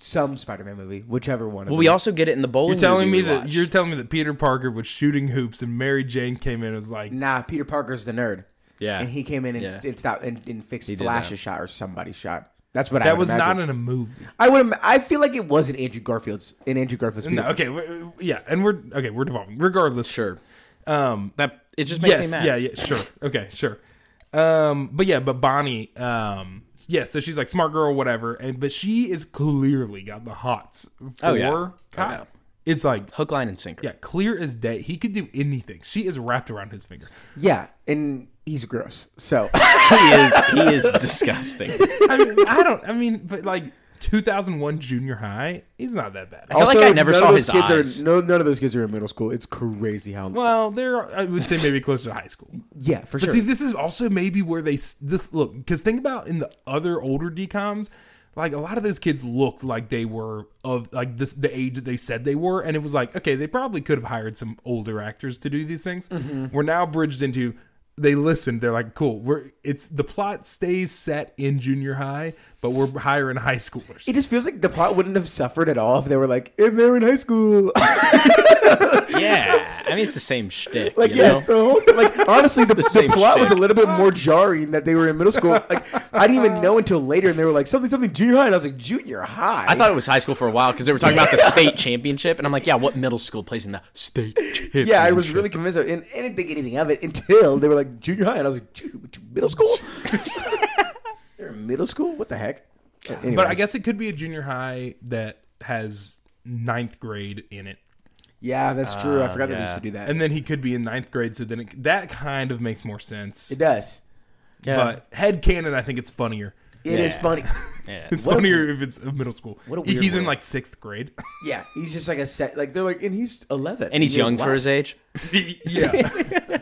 D: some Spider-Man movie, whichever one.
B: Well, we also get it in the bowling.
A: You're telling
B: movie
A: me
B: we
A: that
B: watched.
A: you're telling me that Peter Parker was shooting hoops and Mary Jane came in and was like,
D: nah. Peter Parker's the nerd.
B: Yeah.
D: and he came in and,
B: Yeah.
D: and stopped and, and fixed
B: did that.
D: Flash's shot or somebody's shot. That's what I.
A: "That
D: would
A: was
D: imagine.
A: not in a movie."
D: I would. im- I feel like it wasn't Andrew Garfield's. In Andrew Garfield's.
A: No,
D: Peter-
A: okay, w- w- yeah, and we're okay. We're devolving. Regardless,
B: sure.
A: Um,
B: That it just makes me
A: yes,
B: mad.
A: yeah, yeah, sure, okay, sure. Um, but yeah, but Bonnie, um, yeah, so she's like smart girl, whatever, and but she is clearly got the hots for
B: Oh, yeah.
A: Kyle.
B: yeah.
A: It's like
B: Hook, line, and sinker.
A: Yeah, clear as day. He could do anything. She is wrapped around his finger.
D: Yeah, and he's gross.
B: (laughs)
D: So
B: he is. He is disgusting.
A: I mean, I don't. I mean, but like 2001 junior high, he's not that bad.
B: feel like I never
D: none
B: saw
D: of
B: his
D: those kids
B: eyes.
D: Are, no, none of those kids are in middle school. It's crazy how.
A: Well, there. I would say maybe closer to high school.
D: yeah, for
A: But
D: sure.
A: see, this is also maybe where they s- this look because think about in the other older DComs, like a lot of those kids looked like they were of like this the age that they said they were, and it was like okay, they probably could have hired some older actors to do these things.
D: Mm-hmm.
A: We're now bridged into they listened. They're like, cool. We're it's the plot stays set in junior high, but we're hiring high schoolers.
D: it just feels like the plot wouldn't have suffered at all if they were like, if they were in high school. (laughs)
B: Yeah, I mean it's the same shtick.
D: Like,
B: you
D: yeah,
B: know?
D: so, (laughs) like, honestly, the, the,
B: same
D: plot
B: shit.
D: was a little bit more jarring that they were in middle school. Like, I didn't even know until later, and they were like, something, something, junior high. And I was like, junior high?
B: I thought it was high school for a while because they were talking (laughs) about the state championship, and I'm like, yeah, what middle school plays in the state championship?
D: Yeah, I was really convinced. Of it, and I didn't think anything of it until they were like junior high, and I was like, "Dude, what you- middle school? (laughs) They're in middle school? What the heck? Anyways,
A: but I guess it could be a junior high that has ninth grade in it
D: yeah, that's true. I forgot that they
B: yeah.
D: used to do that.
A: and then he could be in ninth grade. So then it, that kind of makes more sense.
D: it does.
B: Yeah.
A: But head canon, I think it's funnier.
D: It is
B: Yeah.
D: funny.
B: yeah.
A: It's
D: What a
A: funnier if it's middle school.
D: what a
A: If
D: weird
A: he's in
D: world.
A: like sixth
D: (laughs)
A: grade.
D: Yeah, he's just like a set. Like they're like, and he's eleven,
B: and he's
D: You're
B: young
D: like,
B: for
D: "Wow."
B: his age.
A: yeah.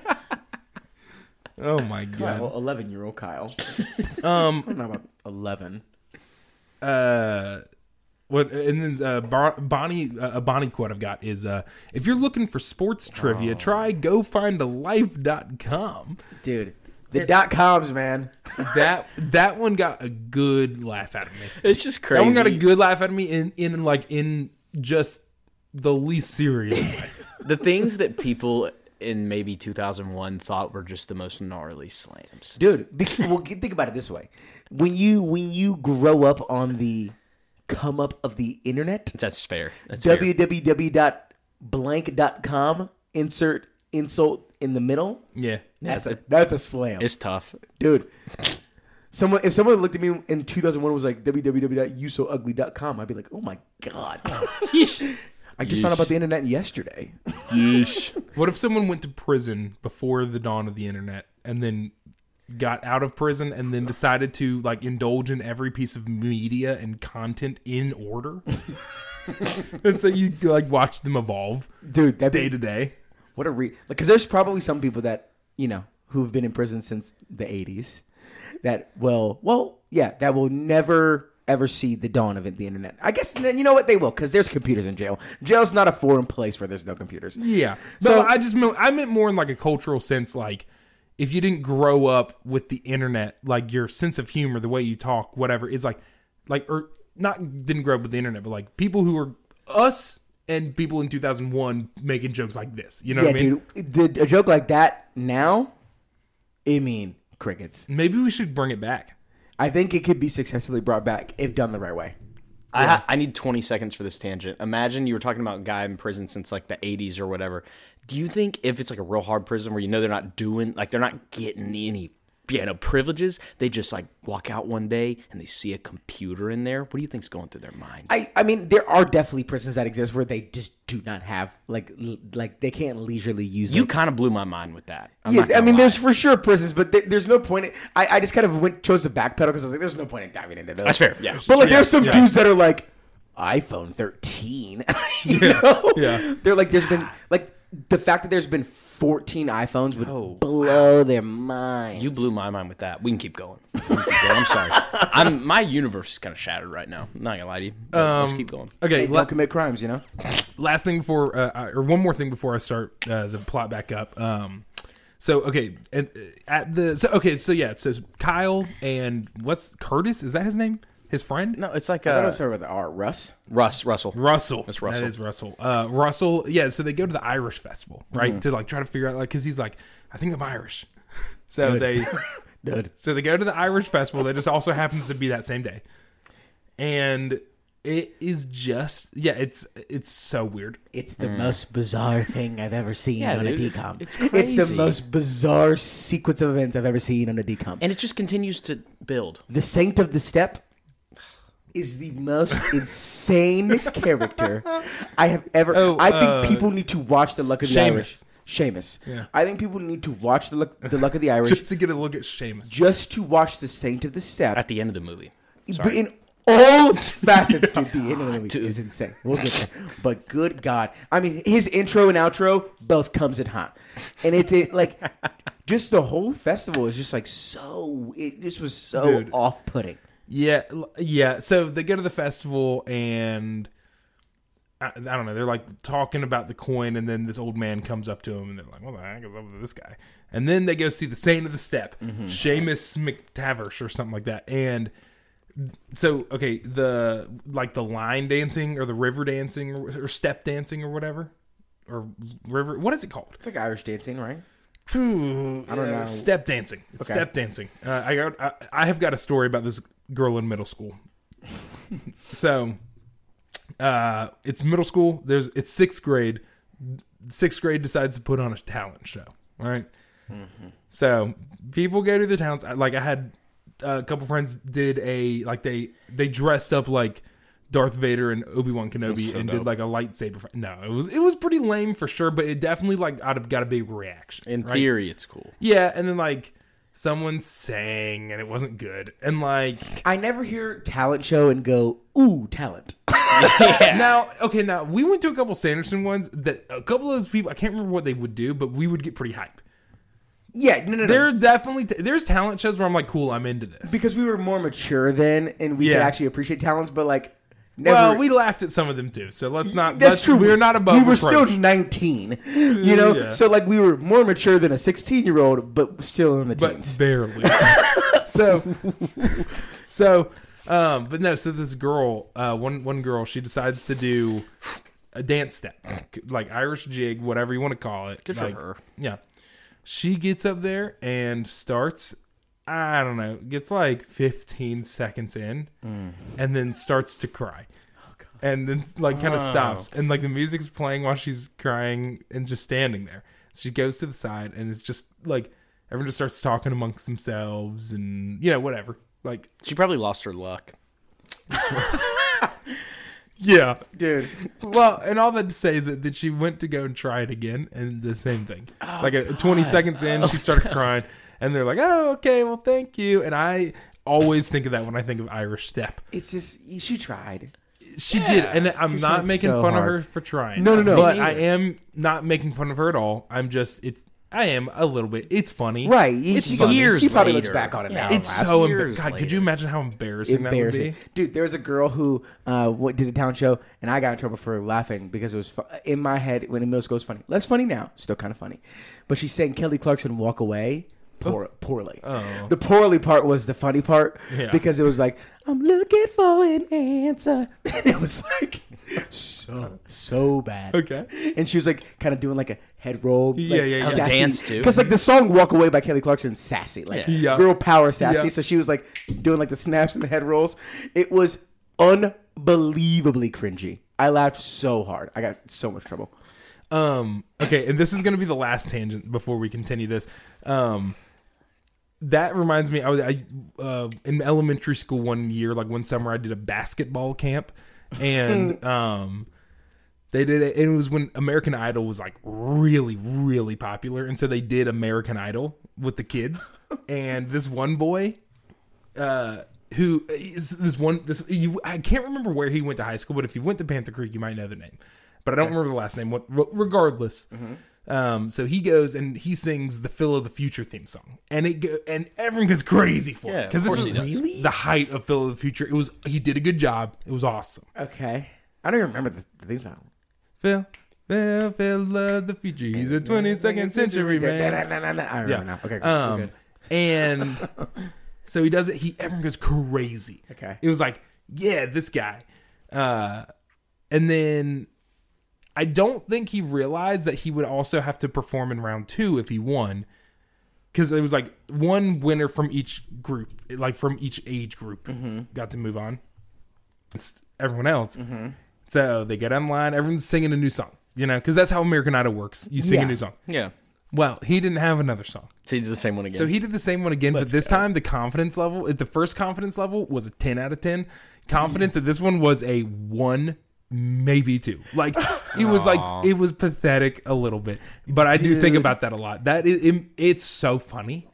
D: (laughs)
A: oh my god.
D: Kyle, eleven year old Kyle. I
A: Um.
D: don't know about eleven.
A: Uh. What and then uh, Bar- Bonnie uh, a Bonnie quote I've got is uh if you're looking for sports trivia
D: Oh.
A: try gofindalife.com
D: Dude, the dot coms, man.
A: that that one got a good laugh out of me
B: (laughs) It's just crazy.
A: That one got a good laugh at me in in like in just the least serious.
D: (laughs)
A: way.
B: the things that people in maybe 2001 thought were just the most gnarly slams.
D: dude. Because, (laughs) well, think about it this way: when you when you grow up on the come up of the internet,
B: That's fair. That's fair.
D: www.blank.com, insert insult in the middle.
A: yeah.
D: That's a that's a slam,
B: It's tough.
D: dude. Someone if someone looked at me in 2001 and was like www.yousougly.com, I'd be like, oh my
B: (clears throat)
D: god.
B: Yeesh.
D: I just found out about the internet yesterday.
A: What if someone went to prison before the dawn of the internet and then got out of prison and then decided to like indulge in every piece of media and content in order. (laughs) and so you like watch them evolve
D: dude. That
A: day to day.
D: What a re because there's probably some people that you know who've been in prison since the 80s that will well yeah that will never ever see the dawn of it, the internet. I guess then you know what they will because there's computers in jail. Jail's not a foreign place where there's no computers.
A: Yeah. So
D: So-
A: I just meant, I meant more in like a cultural sense, like if you didn't grow up with the internet, like your sense of humor, the way you talk, whatever, is like like or not didn't grow up with the internet, but like people who were us and people in two thousand one making jokes like this. You know
D: yeah,
A: what I mean?
D: dude, the, a joke like that now, I mean crickets.
A: Maybe we should bring it back.
D: I think it could be successfully brought back if done the right way.
B: I, ha- I need 20 seconds for this tangent. Imagine you were talking about a guy in prison since like the 80s or whatever. Do you think if it's like a real hard prison where you know they're not doing, like they're not getting any, you know, privileges, they just like walk out one day and they see a computer in there? What do you think's going through their mind?
D: I, I mean, there are definitely prisons that exist where they just do not have like l- like they can't leisurely use
B: you kind of blew my mind with that. I'm
D: Yeah,
B: not gonna
D: I mean,
B: lie.
D: there's for sure prisons, but there- there's no point. In, I I just kind of went chose the backpedal because I was like, there's no point in diving into those.
B: That's fair, yeah.
D: but like,
A: Yeah,
D: there's some
A: yeah.
D: dudes that are like iPhone 13. (laughs) you know?
A: yeah.
D: They're like, there's been
B: Ah.
D: like the fact that there's been 14 iPhones would blow their mind.
B: Oh, You blew my mind with that. We can keep going. We can keep going. I'm sorry. I'm my universe is kind of shattered right now. I'm not gonna lie to you. Let's keep
D: Um,
B: going.
A: Okay,
D: Hey, don't
A: let-
D: commit crimes, you know.
A: last thing before uh, I- or one more thing before I start uh, the plot back up. Um, so okay, and uh, at the so okay, so yeah, so Kyle and what's Curtis? Is that his name? His friend?
B: No, it's like
D: I
B: uh,
D: don't start with the R. Russ.
B: Russ Russell.
A: Russell.
B: That's Russell.
A: That is Russell. Uh, Russell. Yeah. So they go to the Irish festival, right?
B: Mm-hmm.
A: To like try to figure out, like, because he's like, I think I'm Irish. (laughs) So
B: (laughs)
A: they,
D: Dude.
A: so they go to the Irish festival that just also happens to be that same day, and it is just yeah, it's it's so weird.
D: It's the most bizarre thing I've ever seen
B: Mm. Yeah,
D: on
B: dude,
D: a
B: it-
D: decom.
B: it's
D: It's
B: crazy.
D: the most bizarre sequence of events I've ever seen on a decom.
B: And it just continues to build.
D: the Saint of the Step is the
A: (laughs)
D: most insane character I have ever.
A: Oh,
D: I think
A: uh,
D: people need to watch the Luck of the
A: Seamus.
D: Irish. Seamus.
A: Yeah.
D: I think people need to watch the Luck, the Luck
A: (laughs)
D: of the Irish
A: Just
D: just,
A: to get a look at Seamus.
D: to watch the Saint of the Step,
B: at the end of the movie.
D: but in all
A: (laughs)
D: facets, dude. The end of the movie is insane. We'll get there, but good God, I mean, his intro and outro both comes in hot, and it's
A: (laughs)
D: it, like. Just the whole festival is just like so. It just was so
A: Dude.
D: off-putting.
A: Yeah, l- yeah. So they go to the festival and I, I don't know. They're like talking about the coin, and then this old man comes up to him, and they're like, "What the heck is up with this guy?" And then they go see the Saint of the Step, Seamus McTavish, or something like that. And so, okay, the like the line dancing or the river dancing or, or step dancing or whatever. Or river, what is it called?
D: It's like Irish dancing, right?
A: I don't
D: know.
A: Step dancing. It's
D: Okay.
A: step dancing. Uh, I got. I, I have got a story about this girl in middle school. so, uh, it's middle school. There's it's sixth grade. Sixth grade decides to put on a talent show. All right? So people go to the towns. I- Like I had uh, a couple friends did a like they they dressed up like Darth Vader and Obi Wan Kenobi and did like a lightsaber. Fight. No, it was it was pretty lame for sure, but it definitely like I'd have got a big reaction.
B: In
A: right?
B: theory, it's cool.
A: Yeah, and then like someone sang and it wasn't good. And like
D: (laughs) I never hear talent show and go, ooh, talent. (laughs)
A: now, okay, now we went to a couple Sanderson ones that a couple of those people I can't remember what they would do, but we would get pretty hype.
D: Yeah, no, no, no.
A: There are definitely there's talent shows where I'm like, cool, I'm into this.
D: because we were more mature then and we
A: Yeah.
D: could actually appreciate talents, but like, never.
A: Well, we laughed at some of them too, so let's not.
D: that's
A: let's-
D: true.
A: We're not above.
D: We were
A: reproach. (laughs)
D: still 19, you know?
A: Yeah.
D: So, like, we were more mature than a 16 year old, but still in the (laughs)
A: but
D: teens.
A: barely. so, so, um, but no. So this girl, uh, one one girl, she decides to do a dance step, like Irish jig, whatever you want to call it.
B: Good for
A: Like,
B: her.
A: Yeah, she gets up there and starts. I don't know, gets like 15 seconds in,
B: Mm.
A: and then starts to cry.
B: Oh,
A: And then like kind of stops, and like the music's playing while she's crying and just standing there. She goes to the side, and it's just like everyone just starts talking amongst themselves, and you know whatever. Like
B: She probably lost her luck.
A: yeah,
D: Dude,
A: well, and all that to say is that, that
D: Oh,
A: uh, she went to go and try it again, and the same thing. like a, 20 seconds in, she started crying, and they're like, "Oh, okay, well, thank you." And I always think of that when I think of Irish step.
D: (laughs) It's just she tried.
A: She did, and I'm not
D: tried
A: making
D: so
A: fun of
D: hard.
A: her for trying.
D: No, no, no.
A: But
D: Me
A: I am not making fun of her at all. I'm just it's I am a little bit. It's funny,
D: Right. It's
B: It's years
D: She probably
B: later.
D: looks back on it
B: Yeah.
D: now.
A: It's
D: and laughs.
A: so embarrassing.
B: years
A: God, could you
B: later.
A: imagine how embarrassing, that
D: embarrassing.
A: would be?
D: Dude, there was a girl who uh, what, did a town show, and I got in trouble for laughing because it was fu- in my head when it middle school it was funny. Less funny now, still kind of funny. But she sang Kelly Clarkson "Walk Away" poor, poorly.
A: Oh.
D: The poorly part was the funny part
A: Yeah.
D: because it was like I'm looking for an answer. (laughs) it was like (laughs) so so bad.
A: Okay.
D: and she was like kind of doing like a head roll, like,
A: Yeah, yeah, yeah.
D: sassy.
B: Dance too.
D: Because like the song "Walk Away" by Kelly Clarkson, is sassy, like
B: Yeah.
A: Yeah.
D: girl power sassy.
A: Yeah.
D: So she was like doing like the snaps and the head rolls. It was unbelievably cringy. I laughed so hard. I got so much trouble.
A: Um, okay, and this is going to be the last tangent before we continue this. Um, that reminds me, I was I, uh, in elementary school one year, like one summer, I did a basketball camp, and um, they did it. and It was when American Idol was like really, really popular, and so they did American Idol with the
B: (laughs)
A: kids, and this one boy uh, who is this one this you I can't remember where he went to high school, but if you went to Panther Creek, you might know the name, but I don't remember the last name. What re- regardless.
B: Mm-hmm.
A: Um, so he goes and he sings the Phil of the Future theme song, and it go, and everyone goes crazy for
B: Yeah,
A: it
B: of
A: because this
B: course
A: was
B: he does.
A: really the height of Phil of the Future. It was he did a good job. It was awesome.
D: Okay, I don't even remember the, the theme song.
A: Phil, Phil, Phil of the Future. He's a 22nd century
D: Da-
A: man.
D: da- da- da- da- I remember
A: Yeah.
D: now. Okay, cool. We're
A: Um,
D: good.
A: and
D: (laughs)
A: so he does it. He everyone goes crazy.
D: Okay.
A: It was like, yeah, this guy. Uh, and then I don't think he realized that he would also have to perform in round two if he won, because it was like one winner from each group, like from each age group,
D: Mm-hmm.
A: got to move on. It's everyone else. So they get online. Everyone's singing a new song. You know, because that's how American Idol works. You sing
D: Yeah.
A: a new song.
B: Yeah.
A: Well, he didn't have another song.
B: So he did the same one again.
A: So he did the same one again, but this time the confidence level, the first confidence level was a 10 out of 10.
B: Mm.
A: Confidence at this one was a 1 maybe 2.
B: (laughs)
A: Like it was like it was pathetic a little bit. But I do think about that a lot. That is it, it's so funny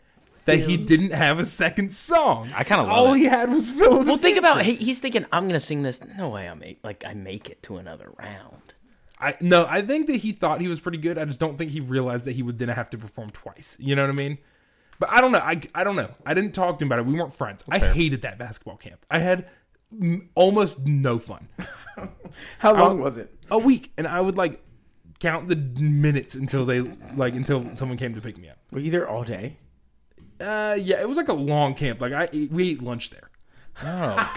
A: that he didn't have a second song.
B: I kinda love
A: All
B: it.
A: he had was Phil. of the
B: well, think
A: Future.
B: about he, he's thinking I'm gonna sing this. No way I make like I make it to another round.
A: I no, I think that he thought he was pretty good. I just don't think he realized that he would then have to perform twice. You know what I mean? But I don't know. I, I don't know. I didn't talk to him about it. We weren't friends. I hated that basketball camp. I had mm, almost no fun.
D: How long was it?
A: A week, and I would like count the minutes until they like until someone came to pick me up.
D: Were you there all day?
A: Uh, yeah, it was like a long camp. Like I ate, we ate lunch there.
B: Oh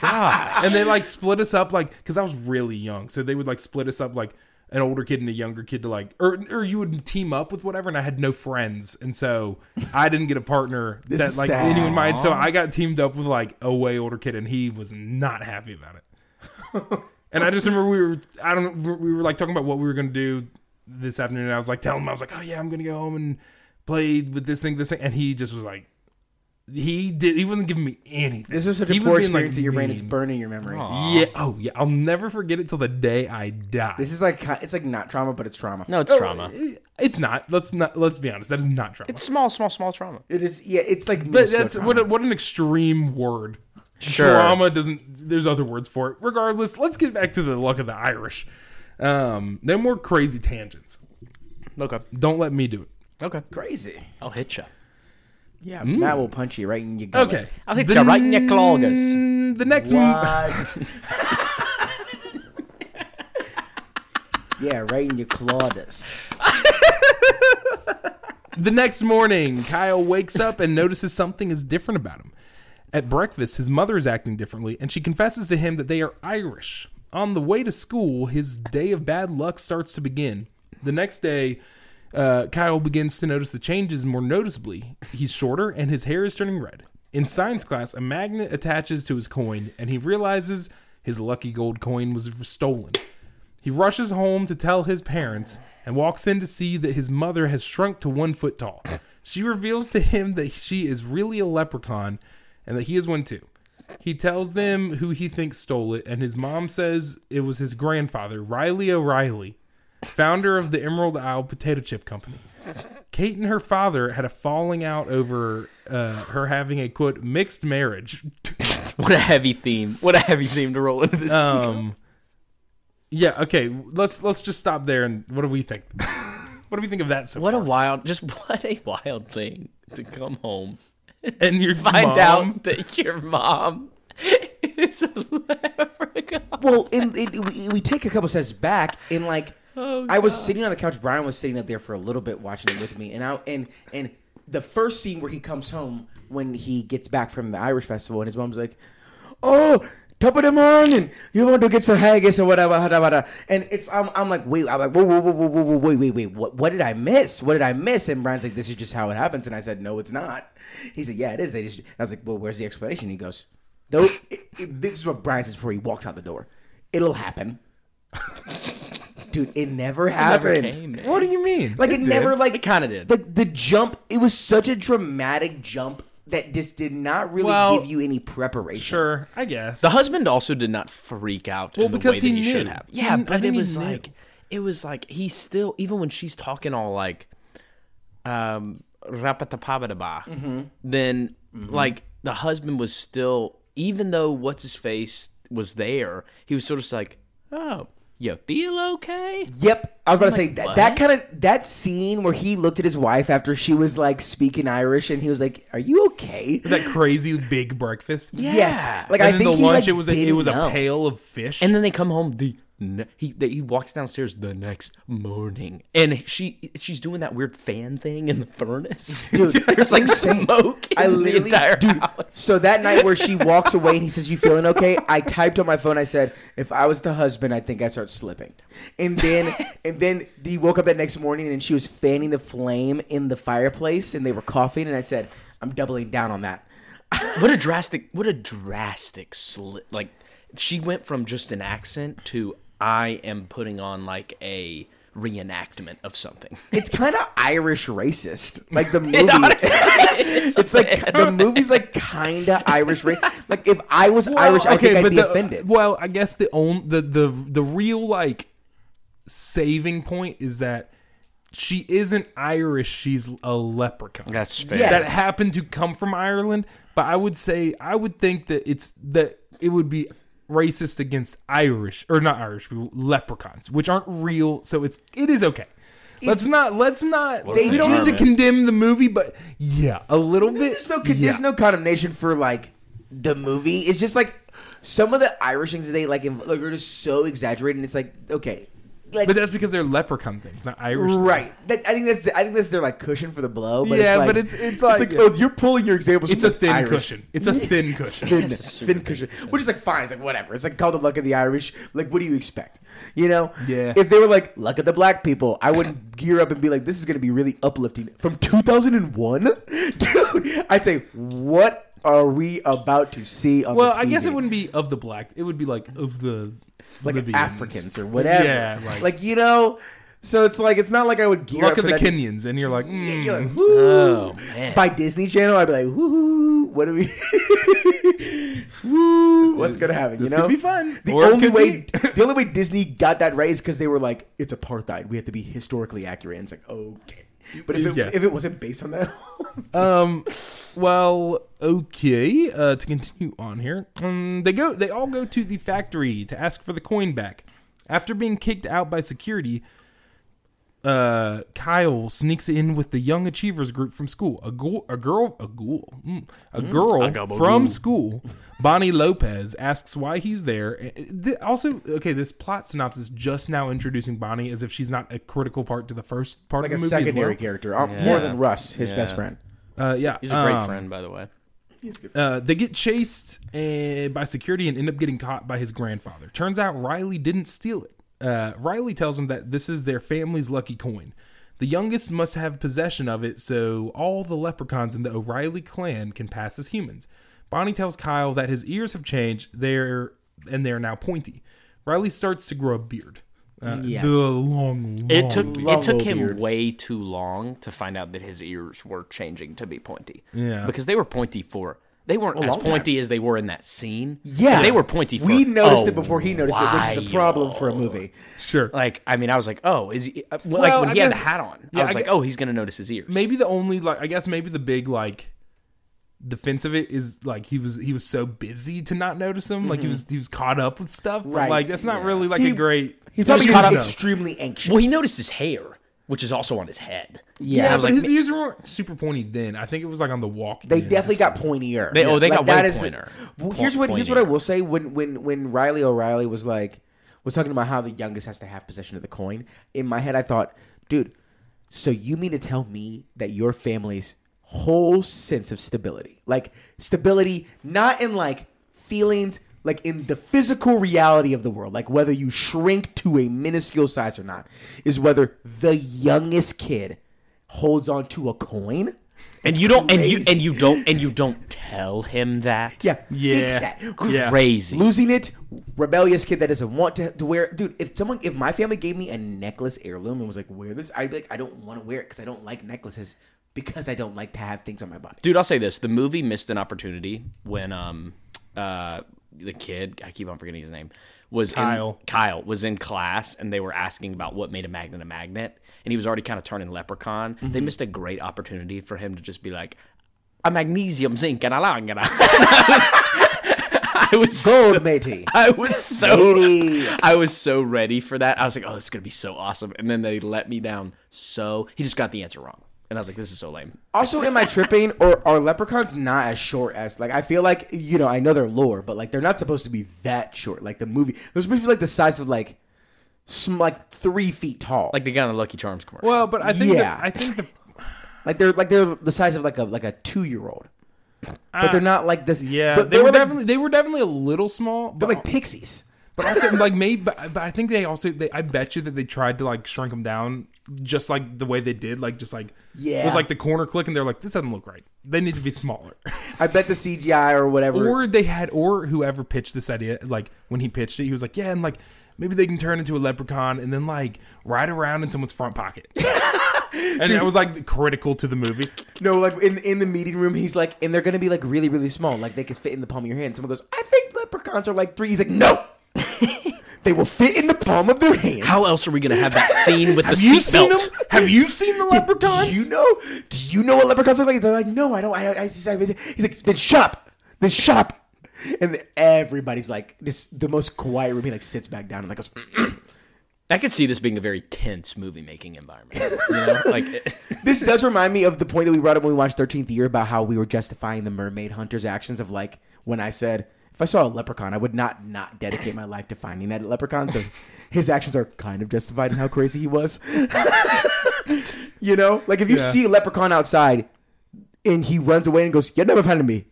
A: (laughs)
B: gosh.
A: and they like split us up like because I was really young, so they would like split us up like an older kid and a younger kid to like or or you would team up with whatever, and I had no friends, and so I didn't get a partner that
D: is
A: like
D: sad.
A: anyone mind. So I got teamed up with like a way older kid, and he was not happy about it. and I just remember we were I don't know we were like talking about what we were gonna do this afternoon. And I was like telling him I was like, oh yeah, I'm gonna go home and play with this thing, this thing, and he just was like. He did. He wasn't giving me anything.
D: This was such a
A: He
D: poor
A: being, like,
D: experience in your brain. It's
A: mean.
D: burning your memory.
A: Yeah. Oh, yeah. I'll never forget it till the day I die. (laughs)
D: This is like ki- it's like not trauma, but it's trauma.
B: No, it's
A: Oh,
B: trauma.
A: eh, It's not. Let's not. Let's be honest. That is not trauma.
B: It's small, small, small trauma.
D: It is. Yeah, it's like.
A: but that's what. A, what an extreme word.
B: Sure.
A: Trauma doesn't. There's other words for it. Regardless, let's get back to the luck of the Irish. Um, no more crazy tangents.
B: Okay.
A: Don't let me do it.
B: Okay.
D: crazy.
B: I'll hit you.
D: Yeah, Matt will punch you right in your gullet.
A: Okay.
B: I'll hit you right in your clawgas.
A: n- The next.
D: What? yeah, right in your clawdus.
A: The next morning, Kyle wakes up and notices something is different about him. At breakfast, his mother is acting differently, and she confesses to him that they are Irish. On the way to school, his day of bad luck starts to begin. The next day, uh, Kyle begins to notice the changes more noticeably. He's shorter, and his hair is turning red. In science class, a magnet attaches to his coin, and he realizes his lucky gold coin was stolen. He rushes home to tell his parents and walks in to see that his mother has shrunk to one foot tall. She reveals to him that she is really a leprechaun and that he is one too. He tells them who he thinks stole it, and his mom says it was his grandfather, Riley O'Reilly, founder of the Emerald Isle Potato Chip Company. Kate and her father had a falling out over uh, her having a quote mixed marriage.
B: (laughs) What a heavy theme. What a heavy theme to roll into
A: (laughs)
B: this.
A: Um, yeah, okay. Let's let's just stop there and what do we (laughs) think? what do we think of that so
B: what a
A: far?
B: wild, just (laughs) what a wild thing to come home,
A: (laughs) and you
B: find
A: mom,
B: out that your mom (laughs) is a leprechaun.
D: Well, Oh, in, it, we, we take a couple steps back, and like
B: Oh,
D: I was sitting on the couch. Brian was sitting up there for a little bit watching it with me, and I and and the first scene where he comes home when he gets back from the Irish festival, and his mom's like, "Oh." Top of the morning, you want to get some haggis or whatever, whatever, whatever." and it's I'm, I'm like wait, I'm like whoa, whoa, whoa, whoa, whoa, whoa, wait, wait, wait, what, what did I miss? What did I miss? And Brian's like, this is just how it happens, and I said, no, it's not. He said, yeah, it is. They just, I was like, well, where's the explanation? He goes, though, it- it- this is what Brian says before he walks out the door. It'll happen, dude. It never happened.
B: came, man.
A: What do you mean?
D: Like it,
A: did.
D: never like
B: It kinda did.
D: The the jump it was such a dramatic jump that just did not really
A: Well,
D: give you any preparation.
A: Sure, I guess.
B: The husband also did not freak out in the
A: because
B: way that
A: he
B: he, should
A: knew.
B: have.
A: He
B: Yeah,
A: kn- I
B: but
A: think
B: it
A: he
B: was
A: knew.
B: like it was like he still even when she's talking all like um rapatapabadaba,
A: Mm-hmm.
B: then like the husband was still even though what's his face was there, he was sort of just like, Oh, you feel okay?
D: Yep, I was about to say that, that
B: "What?"
D: kind of that scene where he looked at his wife after she was like speaking Irish and he was like, "Are you okay?"
A: (laughs) that crazy big breakfast. Yeah.
D: Yes, like
A: and
D: I
A: then
D: think
A: the
D: he,
A: lunch
D: like,
A: it was a, it
D: didn't
A: was
D: know.
A: a pail of fish.
B: And then they come home the ne- he they, he walks downstairs the next morning, and she she's doing that weird fan thing in the furnace.
D: (laughs) Dude,
B: (laughs) there's like
D: insane.
B: smoke in
D: I
B: the
D: literally,
B: entire
D: dude.
B: house.
D: So that night
A: (laughs)
D: where she walks away and he says, "You feeling okay?" I typed on my phone. I said, "If I was the husband, I think I'd start slipping." And
B: (laughs)
D: then, and then he woke up that next morning and she was fanning the flame in the fireplace and they were coughing. And I said, "I'm doubling down on that."
B: What a drastic what a drastic slit. Like she went from just an accent to I am putting on like a reenactment of something.
D: It's kind of Irish racist,
B: (laughs)
D: like the movie.
B: honestly is.
D: it's (laughs) like the movie's like kind of Irish racist. Like if I was
A: Well,
D: Irish, I think I'd
A: but
D: be
A: the-
D: offended.
A: Well, I guess the on the the the real like saving point is that she isn't Irish. She's a leprechaun.
B: (laughs) That's fair.
D: Yes.
A: that happened to come from Ireland. But I would say I would think that it's that it would be racist against Irish or not Irish people, leprechauns, which aren't real. So it's it is okay. let's not let's not.
B: They
A: we don't need to
B: determine.
A: condemn the movie, but yeah, a little bit.
D: There's no
A: yeah.
D: there's no condemnation for like the movie. It's just like some of the Irish things that they like, inv- like are just so exaggerated, and it's like okay, like
A: But that's because they're leprechaun things, not Irish. things.
D: right. That, I think that's the, I think that's their like cushion for the blow. But
A: Yeah,
D: it's like,
A: but it's- it's like-
D: oh, you're pulling your examples.
A: It's
D: from
A: a
D: the
A: thin
D: Irish.
A: cushion. It's a
D: (laughs)
A: thin cushion.
D: Thin, thin cushion, which is like fine. It's like whatever. It's like called the luck of the Irish. Like, what do you expect? You know?
A: Yeah.
D: If they were like luck of the black people, I would (laughs) gear up and be like, this is going to be really uplifting. From 2001, (laughs) dude, I'd say, what are we about to see on?
A: Well,
D: the TV?
A: I guess it wouldn't be of the black. It would be like of the
D: like
A: Libyans.
D: Africans or whatever.
A: Yeah,
D: like,
A: like-
D: you know. So it's like it's not like I would gear
A: Luck
D: up
A: of
D: for
A: the
D: that.
A: Kenyans, and you're like, mm.
D: You're like, "Woo."
B: Oh man.
D: By Disney Channel, I'd be like, "Woo, what do we? (laughs) Woo, what's gonna happen?"
A: this
D: you know,
A: could be fun.
D: The
A: Or it
D: only
A: could
D: way,
A: be-
D: (laughs) the only way Disney got that right is because they were like, "It's apartheid. We have to be historically accurate." And it's like, okay, but if it,
A: Yeah.
D: if it wasn't based on that, (laughs)
A: Um, well, okay. Uh, to continue on here, um, they go. They all go to the factory to ask for the coin back. After being kicked out by security, uh, Kyle sneaks in with the young achievers group from school. A, ghoul, a girl, a ghoul, mm, a girl from school, Bonnie Lopez asks why he's there. Eh, eh, th- Also, okay, this plot synopsis just now introducing Bonnie as if she's not a critical part to the first part
D: like
A: of
D: a
A: the movie. as
D: secondary
A: well.
D: character, uh, more than Russ, his
B: Yeah.
D: best friend.
A: Uh, yeah,
B: He's a great
A: um,
B: friend, by the way.
A: uh, they get chased uh, by security and end up getting caught by his grandfather. Turns out Riley didn't steal it. Uh, Riley tells him that this is their family's lucky coin. The youngest must have possession of it so all the leprechauns in the O'Reilly clan can pass as humans. Bonnie tells Kyle that his ears have changed, they're and they're now pointy. Riley starts to grow a beard. Uh, The long, long
B: It
D: Oh,
B: took
A: beard.
B: it took
D: old
B: him
D: beard.
B: way too long to find out that his ears were changing to be pointy.
A: Yeah.
B: because they were pointy for They weren't as
D: long time.
B: pointy as they were in that scene.
D: Yeah,
B: And they were pointy. For
D: we noticed
B: a
D: it before he noticed it, which is a problem for a
B: while.
D: movie.
A: Sure.
B: Like, I mean, I was like, oh, is he, uh,
A: Well,
B: well, like when
A: I
B: he had the
A: guess-
B: hat on?
A: yeah,
B: I was
A: I
B: like,
A: gue-
B: oh, he's gonna notice his ears.
A: maybe the only like I guess maybe the big like defense of it is like he was he was so busy to not notice him. Like he was he was caught up with stuff. But,
D: Right.
A: Like that's not really like
D: He-
A: a great.
D: He's
B: was
D: probably
B: caught up-
D: just extremely anxious.
B: Well, he noticed his hair, which is also on his head.
A: yeah,
D: I
B: was
A: but
B: like,
A: his ears weren't super pointy then. I think it was like on the walk.
D: They definitely got pointier.
B: They- oh, they got
D: that
B: way
D: is-
B: pointer.
D: Well,
B: Po-
D: here's what here's what I
B: pointier.
D: will say when when when Riley O'Reilly was like was talking about how the youngest has to have possession of the coin. In my head, I thought, dude, so you mean to tell me that your family's whole sense of stability, like stability, not in like feelings. Like in the physical reality of the world, like whether you shrink to a minuscule size or not, is whether the youngest kid holds on to a coin.
B: And you don't, and you, and you don't, and you don't tell him that.
D: Yeah,
A: (laughs) Yeah.
D: fix that.
A: Yeah.
B: crazy.
D: Losing it, rebellious kid that doesn't want to, to wear. Dude, if someone, if my family gave me a necklace heirloom and was like, wear this, I'd be like, I don't want to wear it because I don't like necklaces because I don't like to have things on my body.
B: Dude, I'll say this: the movie missed an opportunity when um uh the kid I keep on forgetting his name was
A: Kyle.
B: in, Kyle was in class and they were asking about what made a magnet a magnet and he was already kind of turning leprechaun. They missed a great opportunity for him to just be like, "A magnesium zinc and a lung and a." (laughs) I was
D: Gold,
B: so-
D: matey.
B: I was so
D: Matey.
B: I was so ready for that. I was like, "Oh, this is gonna be so awesome!" And then they let me down. So he just got the answer wrong, and I was like, "This is so lame."
D: Also, am I tripping or are leprechauns not as short as like I feel like you know I know their lore, but like they're not supposed to be that short. Like the movie, they're supposed to be like the size of like, sm- like three feet tall. Like,
B: Like they got on a Lucky Charms commercial.
A: Well, but I think
D: Yeah.
A: that, I think the
D: like they're like they're the size of like a like a two year old, but they're not like this.
A: Uh, yeah
D: but
A: they, were
D: like-
A: definitely they were definitely a little small, but
D: they're like pixies.
A: But also, like maybe, but, but I think they also, they, I bet you that they tried to like shrink them down, just like the way they did, like just like
D: Yeah.
A: with like the corner click, and they're like, this doesn't look right. They need to be smaller.
D: I bet the CGI or whatever.
A: or they had, or whoever pitched this idea, like when he pitched it, he was like, yeah, and like maybe they can turn into a leprechaun and then like ride around in someone's front (laughs) pocket. and that was like critical to the movie.
D: no, like in in the meeting room, he's like, and they're gonna be like really really small, like they can fit in the palm of your hand. Someone goes, I think leprechauns are like three. He's
B: (laughs)
D: like, no, they will fit in the palm of their hand.
B: How else are we gonna have that scene with the
D: have you seen
B: (laughs) seatbelt?
D: them?
A: Have you seen the leprechauns?
D: Do you know? Do you know what leprechauns are like? They're like, no, I don't. I, I, I just, I, he's like, then shut up. Then shut up. And everybody's like, this the most quiet room. He like sits back down and like goes.
B: I could see this being a very tense movie making environment. You (laughs) know, like
D: this does remind me of the point that we brought up when we watched 13th Year about how we were justifying the mermaid hunter's actions of like when I said if I saw a leprechaun, I would not not dedicate my life to finding that leprechaun. So his actions are kind of justified in how crazy he was. (laughs) you know, like if you
A: Yeah.
D: see a leprechaun outside and he runs away and goes, "You're never
B: (laughs)
D: finding me."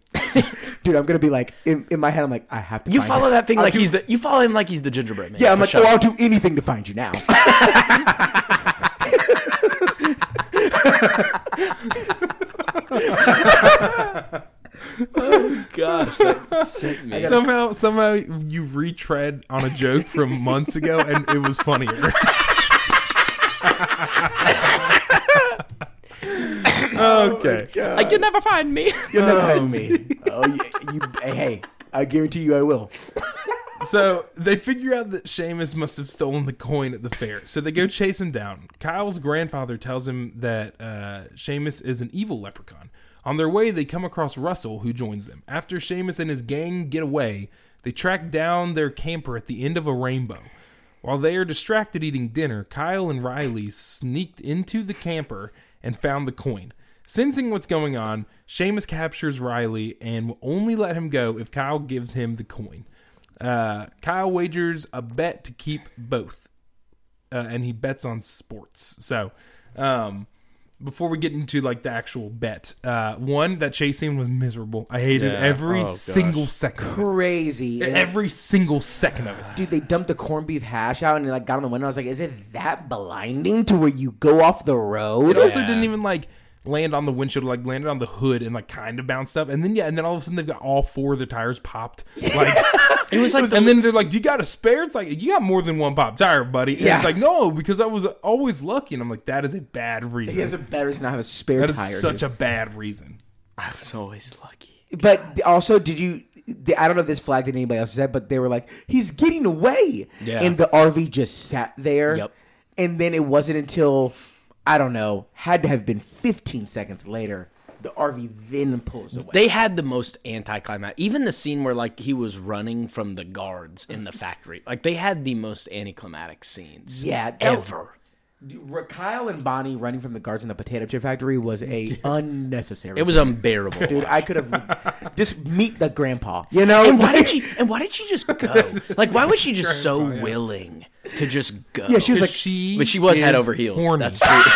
D: Dude, I'm gonna be like in, in my head. I'm like, I have to.
B: you
D: find
B: follow
D: her.
B: that thing
D: I'll
B: like
D: do-
B: he's the you follow him like he's the gingerbread man.
D: yeah. I'm
B: for
D: like,
B: sure.
D: oh, I'll do anything to find you now. (laughs)
B: gosh, that sent (laughs) me.
A: Somehow, somehow you retread on a joke from months ago, and it was funnier. okay.
B: Like you'll never find (laughs) me.
D: You'll never find me. Oh, you, you, hey, I guarantee you, I will.
A: So they figure out that Seamus must have stolen the coin at the fair. So they go chase him down. Kyle's grandfather tells him that uh, Seamus is an evil leprechaun. On their way, they come across Russell, who joins them. After Seamus and his gang get away, they track down their camper at the end of a rainbow. While they are distracted eating dinner, Kyle and Riley sneaked into the camper and found the coin. Sensing what's going on, Seamus captures Riley and will only let him go if Kyle gives him the coin. Uh, Kyle wagers a bet to keep both, uh, and he bets on sports. So, um, before we get into like the actual bet, uh, one that chase scene was miserable. I hated
B: Yeah.
A: every
B: Oh, gosh.
A: single second. of it.
D: Crazy. And,
A: Every single second of it.
D: dude, they dumped the corned beef hash out and like got on the window. I was like, is it that blinding to where you go off the road?
A: It also didn't even like land on the windshield, like landed on the hood and like kind of bounced up. And then yeah, and then all of a sudden they've got all four of the tires popped. Like
B: (laughs) It was like
A: and then they're like, "Do you got a spare?" It's like you got more than one pop tire, buddy. And
D: Yeah.
A: it's like no, because I was always lucky. And I'm like, that is a bad reason.
D: He has a better reason to have a spare
A: that is
D: tire.
A: such
D: dude.
A: a bad reason.
B: I was always lucky.
D: But also, did you? the- I don't know if this flagged in anybody else's head, but they were like, "He's getting away,"
B: Yeah.
D: and the RV just sat there.
B: Yep.
D: And then it wasn't until I don't know, had to have been 15 seconds later, the RV then pulls away.
B: They had the most anticlimax. Even the scene where like he was running from the guards in the factory, like they had the most anticlimactic scenes.
D: Yeah, that-
B: ever.
D: Dude, Kyle and Bonnie running from the guards in the potato chip factory was a unnecessary.
B: It was unbearable.
D: dude. I could have (laughs) just meet the grandpa. You (laughs) know,
B: and why did she? And why did she just go? Like, why was she just so
A: yeah.
B: willing to just go?
D: Yeah, she was like,
A: she,
B: but she was head
A: is
B: over heels.
A: horny.
B: That's true.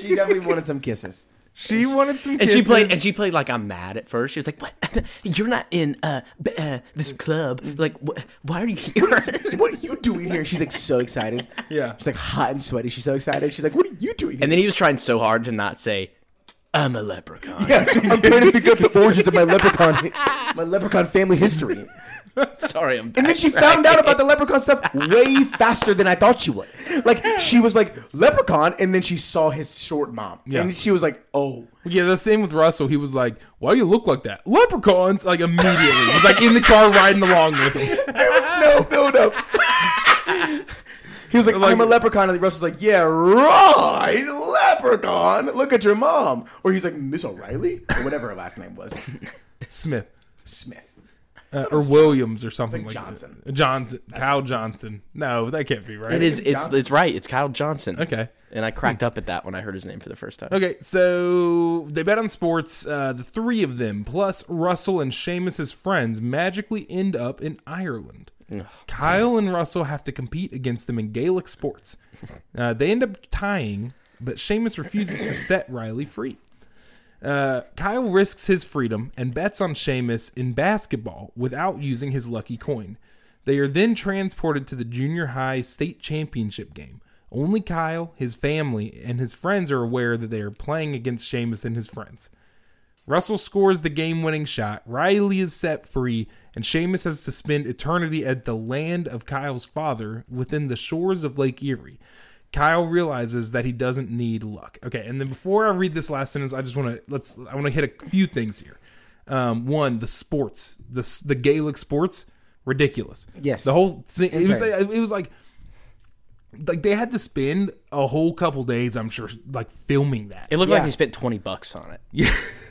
D: she definitely wanted some kisses.
A: she wanted some.
B: And
A: Kisses.
B: she played. And she played like I'm mad at first. She was like, "What? (laughs) You're not in uh, b- uh this club. Like, wh- why are you here? (laughs)
D: What are you doing here? She's like so excited.
A: Yeah.
D: she's like hot and sweaty. She's so excited. She's like, what are you doing? Here?
B: And then he was trying so hard to not say, "I'm a leprechaun."
D: Yeah, (laughs) I'm trying to figure out the origins of my (laughs) leprechaun, my leprechaun family history.
B: (laughs) Sorry, I'm.
D: And then she found out about the leprechaun stuff way faster than I thought she would. Like she was like leprechaun, and then she saw his short mom,
A: Yeah.
D: and she was like, "Oh,
A: Yeah, the same with Russell. He was like, "Why you look like that?" Leprechauns, like immediately. He's like in the car riding along with him.
D: no build up." he was like, "I'm a leprechaun," and Russell's like, "Yeah, right, leprechaun. Look at your mom." Or he's like, "Miss O'Reilly," or whatever her last name was,
A: Smith
D: Smith.
A: uh, or Williams or something
D: like
A: like,
D: Johnson.
A: that. Johnson, Kyle Johnson. No, that can't be right.
B: It is. It's. It's right. It's Kyle Johnson.
A: Okay.
B: And I cracked up at that when I heard his name for the first time.
A: Okay, so they bet on sports. Uh, the three of them, plus Russell and Seamus's friends, magically end up in Ireland. Kyle and Russell have to compete against them in Gaelic
B: (laughs)
A: sports. Uh, they end up tying, but Seamus refuses to set Riley free. Uh, Kyle risks his freedom and bets on Seamus in basketball without using his lucky coin. They are then transported to the junior high state championship game. Only Kyle, his family, and his friends are aware that they are playing against Seamus and his friends. Russell scores the game winning shot, Riley is set free, and Seamus has to spend eternity at the land of Kyle's father within the shores of Lake Erie. Kyle realizes that he doesn't need luck. Okay, and then before I read this last sentence, I just want to let's I want to hit a few things here. Um, one, the sports, the s- the Gaelic sports, ridiculous.
D: Yes.
A: the whole thing, it was
D: Insane.
A: it was like like they had to spend a whole couple days, I'm sure, like filming that.
B: It looked
D: Yeah.
B: like he spent twenty bucks on it. Yeah.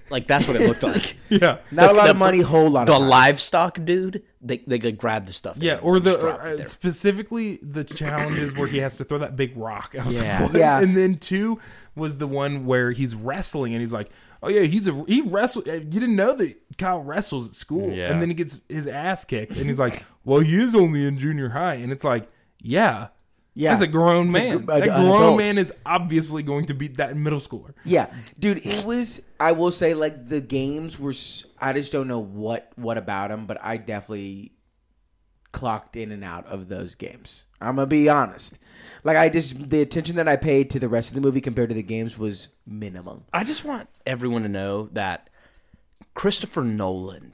B: Like that's what it
D: (laughs)
B: looked like.
A: (laughs) Yeah,
B: The-
D: Not a lot
B: the-
D: of money, whole lot
B: the
D: of money.
B: livestock dude, they they could grab the stuff.
A: Yeah,
B: and
A: or the
B: just drop it
A: or, uh,
B: there.
A: specifically the challenges where he has to throw that big rock. (laughs) I was
B: Yeah.
A: like, what?
D: Yeah.
A: And then two was the one where he's wrestling and he's like, oh yeah, he's a he wrestled. uh, You didn't know that Kyle wrestles at school,
B: Yeah.
A: and then he gets his ass kicked, and he's like, well, he is only in junior high, and it's like, yeah.
D: Yeah.
A: As a grown
D: It's a
A: man,
D: gr- a-
A: that
D: an
A: grown
D: adult.
A: man is obviously going to beat that middle
D: (laughs)
A: schooler.
D: Yeah, dude, it was. I will say, like the games were. s- I just don't know what what about them, but I definitely clocked in and out of those games. I'm gonna be honest. Like I just the attention that I paid to the rest of the movie compared to the games was minimum.
B: I just want everyone to know that Christopher Nolan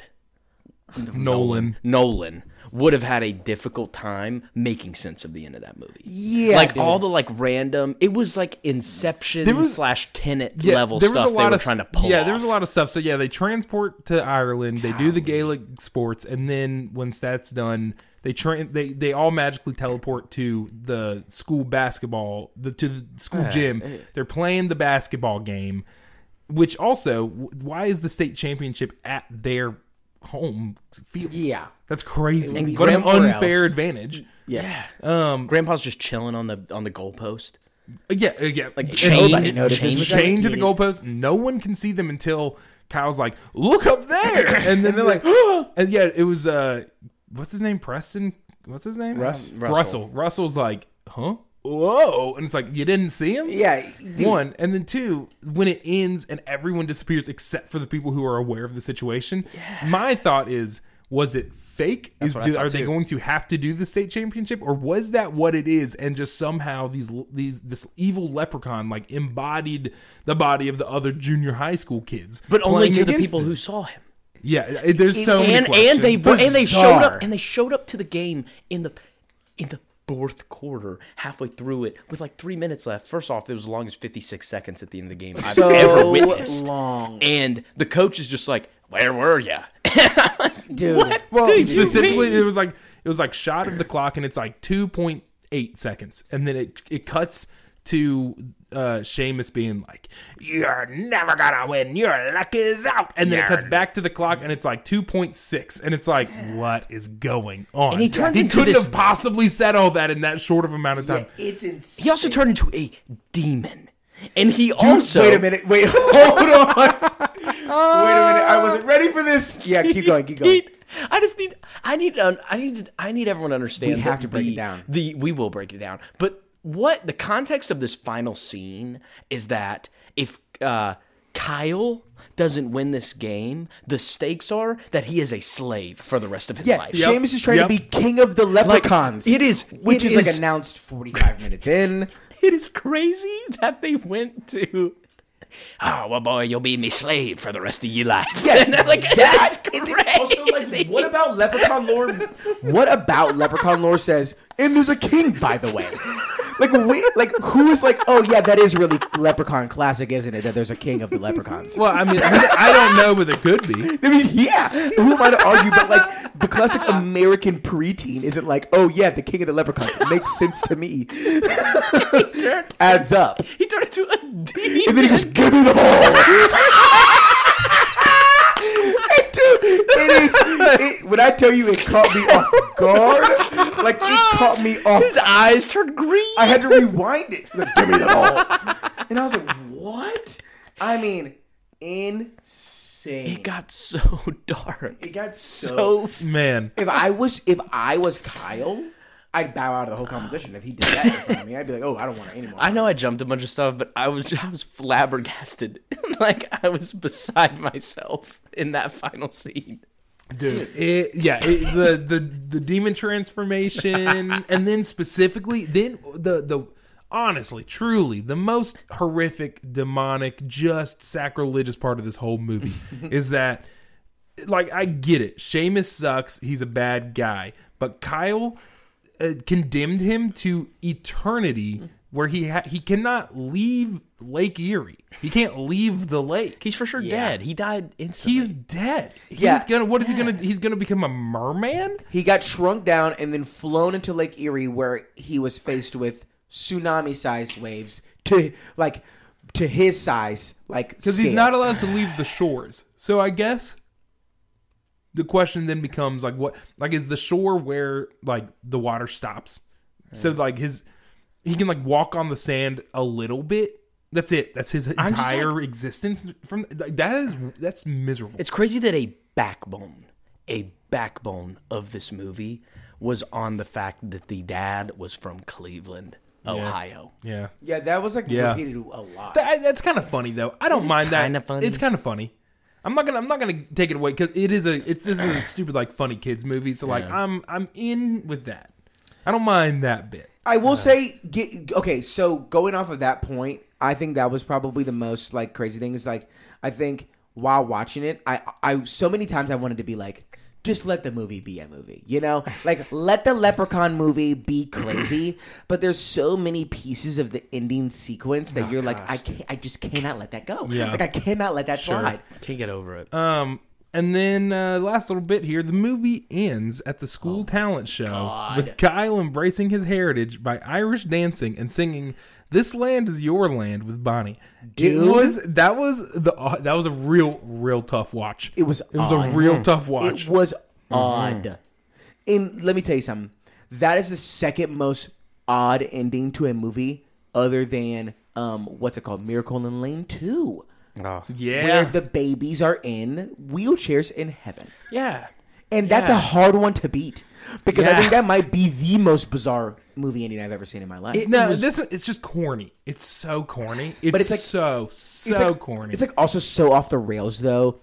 A: Nolan,
B: Nolan would have had a difficult time making sense of the end of that movie.
D: Yeah,
B: like
D: dude.
B: all the like random. It was like Inception slash Tenet level
A: there was
B: stuff
A: a lot
B: they were
A: of,
B: trying to pull.
A: Yeah, there was a
B: off.
A: lot of stuff. So yeah, they transport to Ireland. They do the Gaelic sports, and then once that's done, they tra- they they all magically teleport to the school basketball, the to the school gym.
B: eh.
A: They're playing the basketball game, which also w- why is the state championship at their home field?
D: Yeah.
A: that's crazy.
B: And
A: What an
D: somewhere
A: unfair
D: else.
A: advantage.
D: Yes.
B: Grandpa's just chilling on the on the goalpost.
A: Yeah, uh, yeah. Like
B: nobody notices
A: change,
B: what's going
A: change
B: on.
A: of the goalpost. No one can see them until Kyle's like, "Look up there," (laughs) and then they're like, (gasps) "And yeah, it was uh, what's his name? Preston? What's his name?
D: Russ-
A: Russell. Russell. Russell's like, huh? Whoa! And it's like you didn't see him.
D: Yeah, dude.
A: One and then two, when it ends and everyone disappears except for the people who are aware of the situation. My thought is, was it fake? Is,
B: what I
A: do,
B: thought
A: are they
B: too.
A: going to have to do the state championship, or was that what it is? And just somehow these these this evil leprechaun like embodied the body of the other junior high school kids,
B: but only
A: playing
B: to the
A: against
B: people
A: them.
B: who saw him.
A: Yeah, it- there's so many
B: and and they
A: questions.
B: and they showed
D: Bizarre.
B: up and they showed up to the game in the in the fourth quarter, halfway through it, with like three minutes left. First off, it was as long as 56 seconds at the end of the game I've
D: So
B: ever witnessed.
D: long.
B: And the coach is just like, where were (laughs) you?
D: Dude.
B: What?
A: Well,
B: do you
A: specifically,
B: mean?
A: it was like it was like shot of the clock, and it's like two point eight seconds, and then it it cuts to uh Seamus being like, "You're never gonna win. Your luck is out," and then it cuts back to the clock, and it's like two point six, and it's like, "What is going on?"
B: And he turns into
A: couldn't
B: this-
A: have possibly said all that in that short of amount of time.
D: It's insane.
B: He also turned into a demon. And he also.
D: Wait a minute. Wait, (laughs) hold on. Wait a minute. I wasn't ready for this. Yeah, keep going. Keep going.
B: He- I just need. I need. Um, I need. I need everyone to understand.
D: We
B: that
D: have to break it
B: the-
D: down.
B: The we will break it down. But what the context of this final scene is that if uh, Kyle doesn't win this game, the stakes are that he is a slave for the rest of his
D: Yeah,
B: life.
A: Yep.
D: Seamus is trying
A: Yep.
D: to be king of the leprechauns.
B: it is-
D: which
B: it
D: is, like
B: is-
D: announced 45 minutes
B: (laughs)
D: in.
B: It is crazy that they went to. Oh well, boy, you'll be me slave for the rest of your life.
D: Yeah,
B: And I'm (laughs) like that's
D: that-
B: crazy.
D: and then Also, like, what about Leprechaun lore? what about Leprechaun lore says? And there's a king, by the way. Like, wait, like who is like? Oh yeah, that is really Leprechaun classic, isn't it? That there's a king of the leprechauns.
A: Well, I mean, I don't know, but it could
B: (laughs)
A: be.
D: I mean, yeah. Who am I to argue? But like, the classic American preteen isn't like, oh yeah, the king of the leprechauns. It makes sense
B: (laughs)
D: to me.
B: he turned,
D: Adds up.
B: he turned into a demon.
D: And then he goes, give me the ball. And Dude, (laughs) it is. It, when I tell you, it caught me off guard. Like it caught me off.
B: His eyes turned green.
D: I had to rewind it. Like, give me the ball. And I was like, what? I mean, insane.
B: it got so (laughs) dark.
D: It got so.
B: so
A: Man,
D: if I was, if I was Kyle, I'd bow out of the whole competition. If he did that in front of me, I'd be like, oh, I don't want it anymore.
B: I know I jumped a bunch of stuff, but I was I was flabbergasted. (laughs) like I was beside myself in that final scene.
A: dude. (laughs) It, yeah, it, the the the demon transformation, and then specifically, then the the honestly, truly, the most horrific, demonic, just sacrilegious part of this whole movie is that like I get it. Seamus sucks. He's a bad guy. But Kyle uh, condemned him to eternity, where he ha- he cannot leave Lake Erie. He can't leave the lake.
B: He's for sure dead. He died instantly.
A: He's dead. He's
D: Yeah.
A: gonna. What is he gonna? He's gonna become a merman.
D: He got shrunk down and then flown into Lake Erie, where he was faced with tsunami-sized waves to like to his size, like
A: Because he's not allowed to leave the shores. So I guess the question then becomes like, what? Like, is the shore where like the water stops? So like his, he can like walk on the sand a little bit. That's it. That's his
B: just
A: entire existence. From like, that is that's miserable.
B: It's crazy that a backbone, a backbone of this movie was on the fact that the dad was from Cleveland, Ohio.
A: yeah.
D: Yeah, that was like
A: Yeah.
D: repeated a lot.
A: That, that's kind of funny though. I don't mind that.
B: kinda funny.
A: It's kind of funny. I'm not gonna I'm not gonna take it away because it is a it's this
D: (clears throat)
A: is a stupid like funny kids movie. So like I'm I'm in with that. I don't mind that bit.
D: I will say, get, okay, so going off of that point, I think that was probably the most like crazy thing. Is like, I think while watching it, I, I so many times I wanted to be like, just let the movie be a movie, you
A: (laughs)
D: know, like let the Leprechaun movie be crazy. but there's so many pieces of the ending sequence that you're like, I can't, I just cannot let that go.
A: Oh, Yeah.
D: Like I cannot let that slide.
B: Can't get over it.
A: Um, and then uh, last little bit here, the movie ends at the
D: Oh
A: school talent show with Kyle embracing his heritage by Irish dancing and singing "This Land Is Your Land" with Bonnie. It
D: Dude.
A: was that was the that was a real real tough watch.
D: It was
A: it was a real tough watch. Mm-hmm.
D: It was odd. And let me tell you something. That is the second most odd ending to a movie other than um what's it called? Miracle in Lane 2.
B: Oh.
A: yeah,
D: Where the babies are in wheelchairs in heaven.
B: Yeah.
D: And that's a
B: Yeah.
D: hard one to beat because I
B: Yeah.
D: think that might be the most bizarre movie ending I've ever seen in my life.
A: No, this it's just corny. It's so corny. It's,
D: it's like-
A: so so
D: it's like,
A: corny.
D: It's like also so off the rails though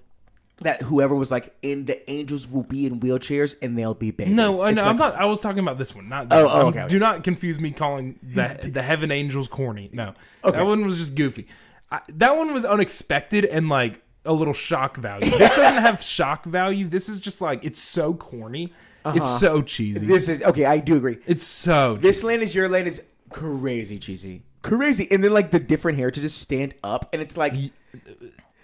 D: that whoever was like in the angels will be in wheelchairs and they'll be babies.
A: no, I
D: It's
A: no,
D: like-
A: I'm not. I was talking about this one. Not that
D: Oh, oh,
A: one.
D: okay, okay.
A: Do not confuse me
D: (laughs)
A: calling the the heaven angels corny. No, that one was just goofy. I, that one was unexpected and like a little shock value. This doesn't
D: (laughs)
A: have shock value. This is just like it's so corny. It's so cheesy.
D: Uh-huh. This is okay. I do agree.
A: it's so
D: This lane is your lane is crazy cheesy, crazy, and then like the different hair to just stand up, and it's like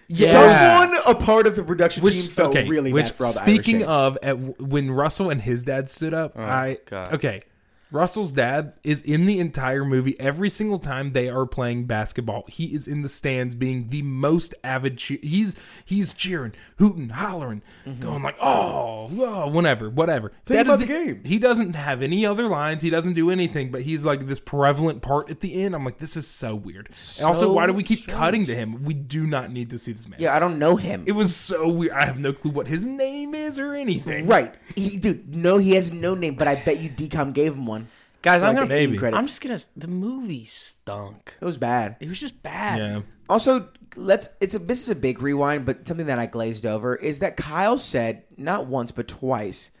A: Yeah.
D: someone a part of the production
A: which
D: team felt
A: okay,
D: really
A: which
D: bad for all the
A: speaking
D: Irish hair.
A: of at, when Russell and his dad stood up, I
B: God.
A: okay. Russell's dad is in the entire movie every single time they are playing basketball. He is in the stands being the most avid cheer. He's he's cheering, hooting, hollering,
D: Mm-hmm.
A: going like, "Oh, whoa, whatever, whatever." That is
D: about the game.
A: He doesn't have any other lines. He doesn't do anything, but he's like this prevalent part at the end. I'm like, "This is so weird." and also, why do we keep cutting to him? We do not need to see this man.
D: yeah, I don't know him.
A: It was so weird. I have no clue what his name is or anything.
D: right, he, dude. No, he has no name, but I bet you DCOM gave him one.
B: Guys, I'm
D: Like
B: gonna.
D: the ending
A: maybe.
D: credits.
B: I'm just gonna. The movie stunk.
D: It was bad.
B: It was just bad.
A: Yeah.
D: Also, let's. It's a. This is a big rewind, but something that I glazed over is that Kyle said not once but twice,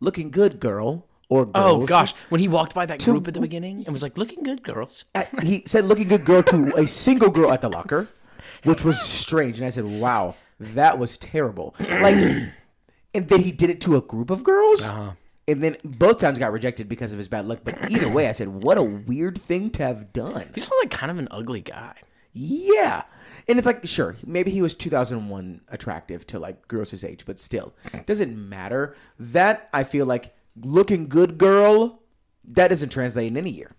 D: "Looking good, girl." Or
B: Oh
D: girls.
B: gosh, when he walked by that group at the beginning and was like, "Looking good, girls."
D: At- he said looking good girl to a single girl at the locker, which was strange. And I said, wow, that was terrible. Like, and then he did it to a group of girls. And then both times got rejected because of his bad luck. But either way, I said, what a weird thing to have done.
B: He's like kind of an ugly guy.
D: Yeah. And it's like, sure, maybe he was 2001 attractive to like girls his age, but still, doesn't matter. That, I feel like, looking good girl, that doesn't translate in any year.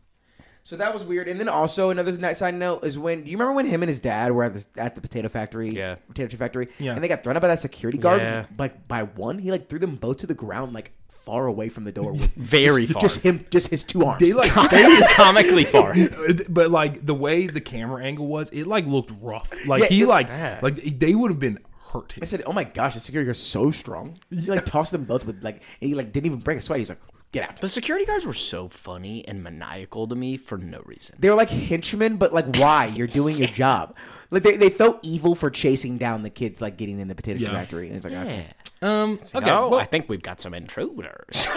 D: So that was weird. And then also another nice side note is when do you remember when him and his dad were at the at the potato factory?
B: Yeah.
D: potato chip factory.
A: Yeah.
D: and they got thrown out by that security guard
B: Yeah.
D: like by one. He like threw them both to the ground like far away from
B: (laughs)
D: the door. With
B: Very
D: just,
B: far.
D: Just him, just his two arms.
A: They like
B: comically far.
A: (laughs) but like the way the camera angle was, it like looked rough. Like
D: Yeah,
A: he
D: it-
A: like
B: Yeah.
A: like they would have been hurt.
D: I said, "Oh my gosh, the security guard's so strong." He like tossed them both with like, and he like didn't even break a sweat. He's like, "Get
B: (laughs)
D: out!"
B: The security guards were so funny and maniacal to me for no reason.
D: They were like henchmen, but like, why? You're doing your job. Like they, they felt evil for chasing down the kids, like getting in the potato chip
A: Yeah.
D: factory. And it's like, okay.
B: Yeah.
A: Um okay.
B: oh,
A: well,
B: I think we've got some (laughs) intruders.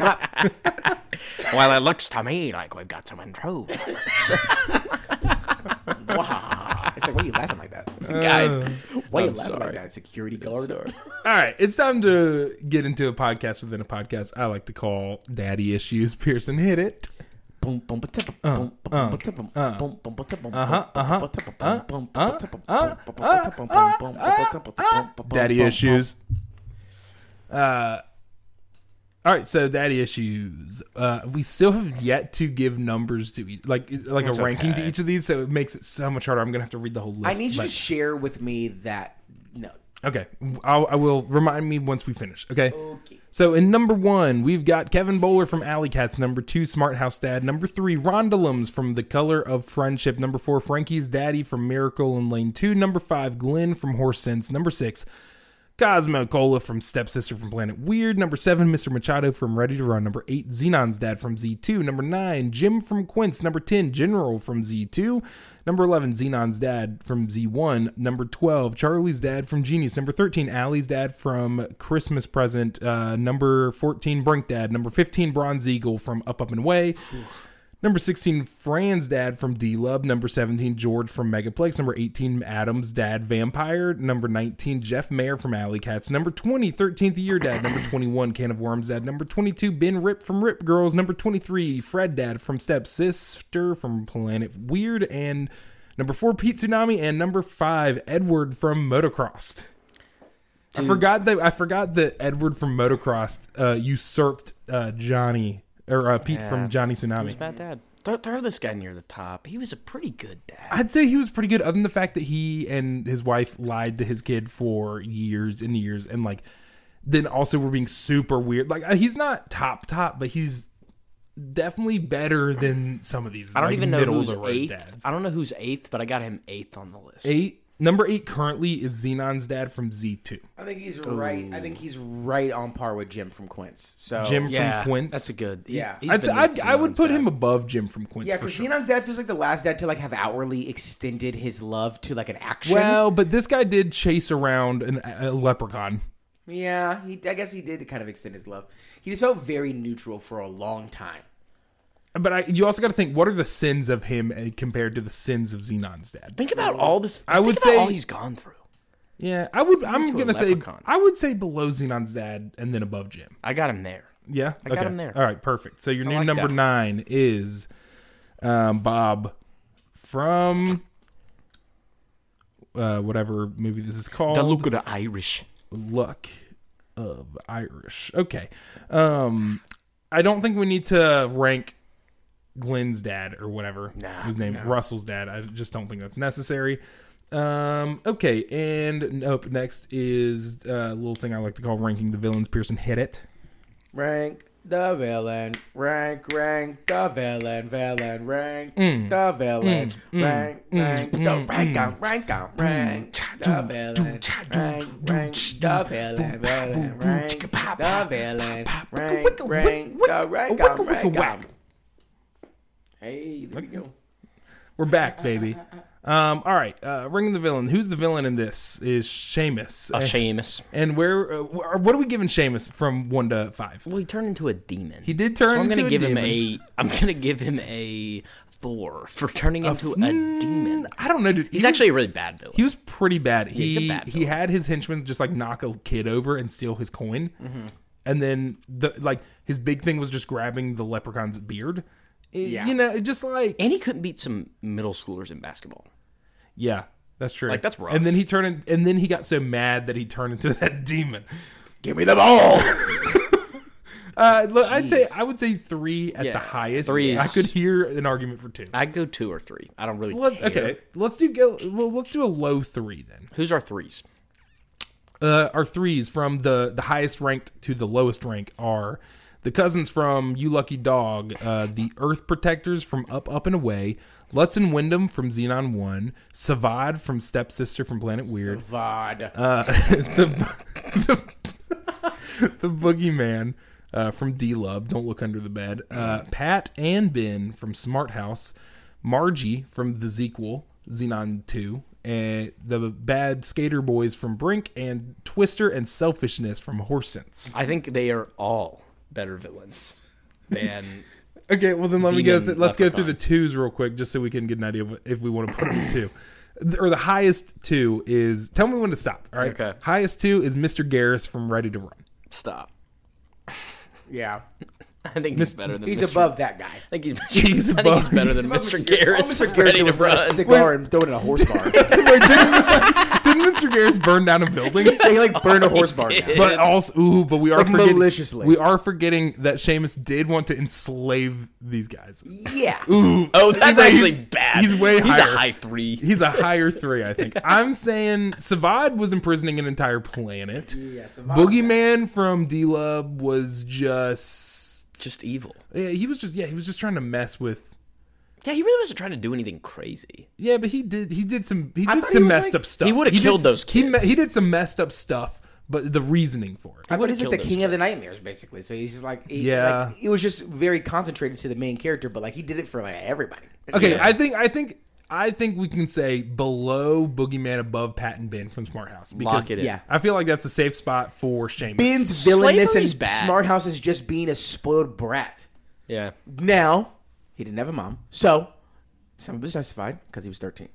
B: (laughs) well, it looks to me like we've got some
D: (laughs)
B: intruders.
D: wow. It's like, why are you laughing like that? Uh,
B: Guys,
D: Why are you
B: I'm
D: laughing
B: sorry.
D: like that? Security guard.
A: all right, it's time to get into a podcast within a podcast. I like to call daddy issues. Pearson hit it.
D: Boom, boom, ba-tip,
A: Ah,
D: boom, boom, ba-tip, boom, boom, boom, ba-tip, boom,
A: Uh-huh,
D: boom, ba-tip, boom, boom, ba-tip, boom, boom, ba-tip, boom, boom, ba-tip, boom, boom, boom,
A: uh-huh, Daddy
D: boom,
A: issues. Uh all right, so daddy issues. Uh, we still have yet to give numbers to each, like like
B: That's
A: a ranking
B: okay.
A: to each of these, so it makes it so much harder. I'm gonna have to read the whole list.
D: I need you to
A: but-
D: share with me that note.
A: Okay, I'll, I will remind me once we finish. Okay.
D: Okay.
A: So in number one, we've got Kevin Bowler from Alley Cats. Number two, Smart House Dad. Number three, Rondalums from The Color of Friendship. Number four, Frankie's Daddy from Miracle in Lane Two. Number five, Glenn from Horse Sense. Number six, Cosmo Cola from Stepsister from Planet Weird. Number seven, Mr. Machado from Ready to Run. Number eight, Xenon's Dad from Z2. Number nine, Jim from Quince. Number 10, General from Z2. Number 11, Xenon's Dad from Z1. Number 12, Charlie's Dad from Genius. Number 13, Allie's Dad from Christmas Present. Uh, number 14, Brink Dad. Number 15, Bronze Eagle from Up, Up, and Away. Number 16, Fran's dad from D Lub. Number 17, George from Megaplex. Number 18, Adam's dad, Vampire. Number 19, Jeff Mayer from Alley Cats. Number 20, 13th Year Dad. Number 21, Can of Worms Dad. Number 22, Ben Rip from Rip Girls. Number 23, Fred Dad from Step Sister from Planet Weird. And number 4, Pete Tsunami. And number 5, Edward from Motocrossed. I forgot that I forgot that Edward from Motocrossed uh, usurped uh, Johnny or uh, Pete from Johnny Tsunami.
B: bad dad. Throw, throw this guy near the top. He was a pretty good dad.
A: I'd say he was pretty good, other than the fact that he and his wife lied to his kid for years and years, and like then also were being super weird. Like uh, he's not top top, but he's definitely better than some of these.
B: I don't
A: like,
B: even know
A: middle of
B: who's
A: the road
B: eighth.
A: dads.
B: I don't know who's eighth, but I got him eighth on the list.
A: Eight number eight currently is Xenon's dad from Z two.
D: I think he's right. I think he's right on par with Jim from Quince. So
A: Jim
B: Yeah,
A: from Quince.
B: that's a good.
D: Yeah.
A: I'd, say- I'd, I would put him above Jim from Quince
D: yeah,
A: for
D: because
A: sure.
D: Xenon's dad feels like the last dad to like have outwardly extended his love to like an action.
A: Well, but this guy did chase around an, a leprechaun.
D: yeah, he, I guess he did kind of extend his love. He just felt very neutral for a long time.
A: But I, you also got to think: what are the sins of him eh, compared to the sins of Xenon's dad?
B: Think about all this.
A: I
B: think
A: would
B: about
A: say-
B: all he's gone through.
A: Yeah, I would. I'm
B: to a
A: gonna say
B: leprechaun.
A: I would say below Xenon's dad and then above Jim.
B: I got him there.
A: Yeah, I
B: got him there.
A: All right, perfect. So your new
B: like
A: number
B: that.
A: nine is um, Bob from uh, whatever movie this is called.
B: The look of the Irish.
A: luck of Irish. Okay. Um I don't think we need to rank Glenn's dad or whatever
B: Nah,
A: his name Russell's dad. I just don't think that's necessary. Um okay, and up next is uh, a little thing I like to call ranking the villains. Pearson hit it.
D: Rank the villain. Rank, rank the villain. Villain, rank the villain. rank, rank, the rank, out, rank, out, rank the villain. Rank, rank the villain. Villain, rank the villain. Rank, rank the rank, out, rank, out. Hey, there we go.
A: We're back, baby. Um, all right, uh, ring the villain. Who's the villain in this? Is Seamus?
B: A
A: And-
B: Seamus.
A: and where? Uh, wh- what are we giving Seamus from one to five?
B: Well, he turned into a demon.
A: He did turn
B: So I'm
A: into
B: gonna
A: a
B: give
A: demon.
B: him a. (laughs) I'm gonna give him a four for turning into a demon.
A: I don't know, dude.
B: He's
A: mm, He was-
B: actually a really bad villain.
A: he was pretty bad.
B: he's a
A: He
B: bad
A: he
B: villain.
A: had his henchmen just like knock a kid over and steal his coin,
B: Mm-hmm.
A: and then the like his big thing was just grabbing the leprechaun's beard. yeah, you know, it just like
B: and he couldn't beat some middle schoolers in basketball.
A: yeah, that's true.
B: Like, that's rough.
A: And then he turned, in, and then he got so mad that he turned into (laughs) that demon.
D: Give me the ball.
A: (laughs) Uh, look, I'd say I would say three at
B: Yeah,
A: the highest.
B: three is-
A: I could hear an argument for two.
B: I go two or three. I don't really
A: Let-
B: care.
A: okay, let's do go- well, let's do a low three then.
B: Who's our threes?
A: uh, our threes from the the highest ranked to the lowest rank are the cousins from You Lucky Dog, uh, the Earth Protectors from Up Up and Away, Lutz and Wyndham from Xenon One, Savad from Stepsister from Planet Weird,
D: Vod.
A: uh, the, the the Boogeyman uh, from D Lub, Don't Look Under the Bed, uh, Pat and Ben from Smart House, Margie from The Sequel, Xenon Two, and the Bad Skater Boys from Brink, and Twister and Selfishness from Horse Sense.
B: I think they are all better villains than (laughs)
A: Okay, well then let me go.
B: Demon
A: Th- let's go through
B: Leprechaun.
A: the twos real quick, just so we can get an idea of what- if we want to put them in two. Th- Or the highest two is tell me when to stop. All right.
B: Okay.
A: Highest two is Mr. Garris from Ready to Run. (laughs)
B: stop.
D: Yeah.
B: (laughs) I think he's better than
D: He's
B: Mr.
D: above that guy.
B: I think he's, (laughs) he's I think
A: above-
B: he's better than
D: above
B: Mr.
D: Mr.
B: Garris.
D: Oh,
B: Mr.
D: Mr. Garrison
B: to
D: was lit a
B: run.
D: cigar and throwing a horse (laughs) barn.
A: Wait, didn't, didn't Mr. Garris burn down a
B: (laughs)
A: building?
D: he like burned a horse barn down.
A: But also, ooh, but we are
D: Like,
A: forgetting,
D: maliciously.
A: We are forgetting that Seamus did want to enslave these guys.
D: Yeah.
A: Ooh,
B: Oh, that's
A: Anyway,
B: actually
A: he's-
B: bad.
A: He's way
B: He's
A: higher.
B: a high three.
A: He's a higher three, I
D: (laughs)
A: think. I'm saying Savad was imprisoning an entire planet.
D: Yeah, Savad-
A: Boogeyman from D Lub was just
B: just evil.
A: yeah, he was just yeah, he was just trying to mess with
B: Yeah, he really wasn't trying to do anything crazy.
A: Yeah, but he did. He did some. He did
D: thought
A: some
D: he was,
A: messed
D: like-
A: up stuff.
B: He would've
A: did
B: killed
A: s-
B: those
A: He, me-
B: kids.
A: he did some messed up stuff, but the reasoning for it.
D: I
B: would've
D: what is it?
B: killed
D: The
B: those
D: king of the nightmares, basically. So he's just like, he,
A: Yeah.
D: like, it was just very concentrated to the main character, but like he did it for like everybody.
A: Okay, I think. I think. I think we can say below Boogeyman, above Pat and Ben from Smart House. Because
B: Lock it in.
D: yeah.
A: I feel like that's a safe spot for Seamus.
D: Ben's villainous
B: Slavery's
D: and
B: bad.
D: Smart House is just being a spoiled brat.
B: Yeah.
D: Now, he didn't have a mom, so some of it's justified because he was 13.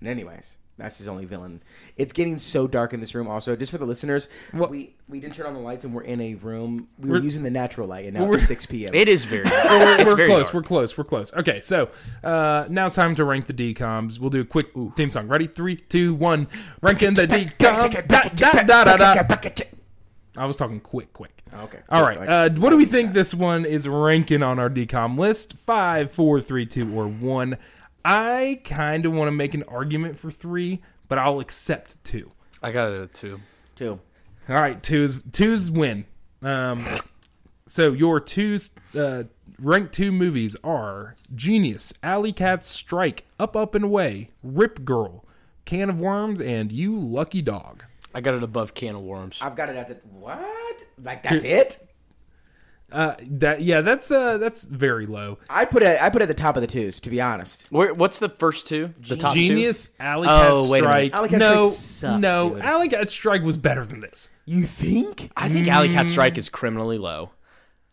D: And anyways, that's his only villain. It's getting so dark in this room. Also, just for the listeners,
A: What-
D: we we didn't turn on the lights and we're in a room. We were
A: We're-
D: using the natural light, and now
A: we're-
D: it's 6 p.m. (laughs)
B: It is (laughs) very.
A: We're,
B: it's
A: we're
B: very
A: close.
B: hard.
A: We're close. We're close. Okay, so uh, now it's time to rank the DComs. We'll do a quick theme song. Ready? Three, two, one. Ranking the DComs. Da, da, da, da, da. I was talking quick, quick.
D: Oh, Okay.
A: All
D: Quick,
A: right.
D: like
A: Uh, what do we think
D: sliding
A: this one is ranking on our decom list? Five, four, three, two, or one. I kind of want to make an argument for three, but I'll accept two.
B: I got it at two.
D: too.
A: All right, two's two's win. Um, so your two's uh, ranked two movies are Genius, Alley Cats Strike, Up Up and Away, Rip Girl, Can of Worms, and You Lucky Dog.
B: I got it above can of worms.
D: I've got it at the what? Like that's it?
A: Uh, that yeah, that's uh, that's very low.
D: I put it. I put it at the top of the twos. To be honest,
B: Where, what's the first two? The top
A: Genius,
B: two.
A: Alley Cat
B: Oh, wait a minute.
A: Strike.
D: Alley Cat
A: no,
D: Strike sucked,
A: no,
D: dude.
A: Alley Cat Strike was better than this.
D: you think?
B: I think Alley Cat Strike is criminally low.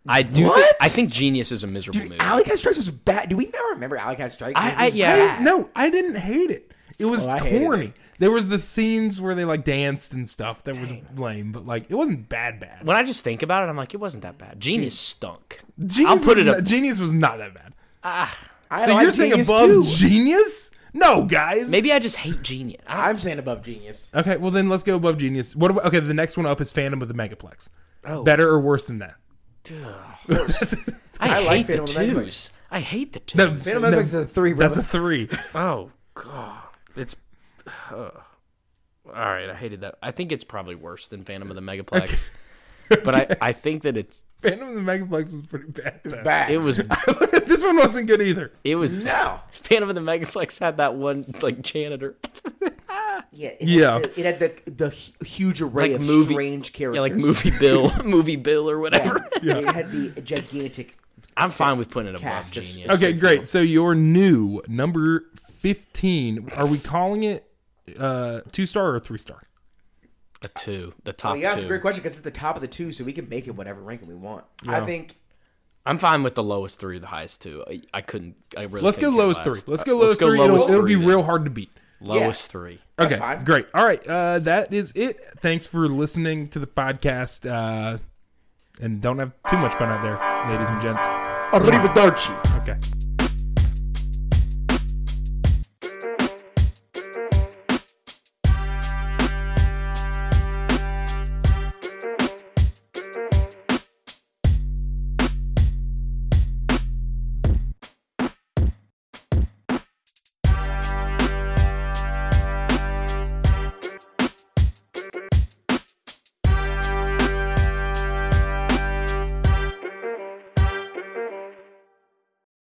B: I do. Think,
D: What?
B: I think Genius is a miserable movie.
D: Alley Cat Strikes was bad. Do we not remember Alley Cat Strikes?
B: I-
D: It
B: I-
D: was
B: yeah.
A: I
D: bad.
A: didn't- no, I didn't hate it. It was
D: Oh, I hated
A: corny. There was the scenes where they like danced and stuff that was lame, but like it wasn't bad bad.
B: when I just think about it, I'm like, it wasn't that bad. Genius stunk.
A: Genius
B: I'll put
A: was
B: it up.
A: not, Genius was not that bad.
D: I
A: So
D: like
A: you're saying
D: Genius
A: above
D: too.
A: Genius? No, guys.
B: Maybe I just hate Genius. I,
D: I'm saying above Genius.
A: Okay, well then let's go above Genius. What? About, okay, the next one up is Phantom of the Megaplex.
B: Oh.
A: Better or worse than that? (laughs)
B: I, hate
D: like
B: the
D: Phantom of the Megaplex.
B: twos. I hate the twos.
A: No,
D: Phantom
A: no,
D: Menace is a three,
A: That's
D: brother.
A: a three. (laughs)
B: Oh god, it's. ugh. all right, I hated that. I think it's probably worse than Phantom of
A: (laughs)
B: the Megaplex, but I, I think that it's
A: Phantom of the Megaplex was pretty bad. though.
D: Bad.
B: it was
A: (laughs) this one wasn't good either. (laughs)
B: it was
D: no.
B: Phantom of the Megaplex had that one like janitor
D: Yeah. It
A: Yeah.
D: Had the, it had the the hu- huge array
B: like
D: of
B: movie
D: strange characters.
B: yeah like movie Bill (laughs) movie Bill or whatever.
D: It had the gigantic.
B: I'm fine with putting it above
D: Cast of-
B: Genius.
A: Okay, great. So your new number fifteen. Are we calling it uh two star or three star?
B: a two, the top
D: Well, yeah, it's a
B: two.
D: great question because it's the top of the two, so we can make it whatever ranking we want. I think
B: I'm fine with the lowest three, the highest two. I, I couldn't. I really
A: Let's go
B: couldn't care
A: lowest three.
B: less. Uh,
A: Let's go lowest three. It'll, it'll be
B: then.
A: real hard to beat.
B: Lowest three.
A: Okay,
D: fine.
A: great. All right, uh, that is it. Thanks for listening to the podcast, uh, and don't have too much fun out there, ladies and gents.
D: Arrivederci.
A: Okay.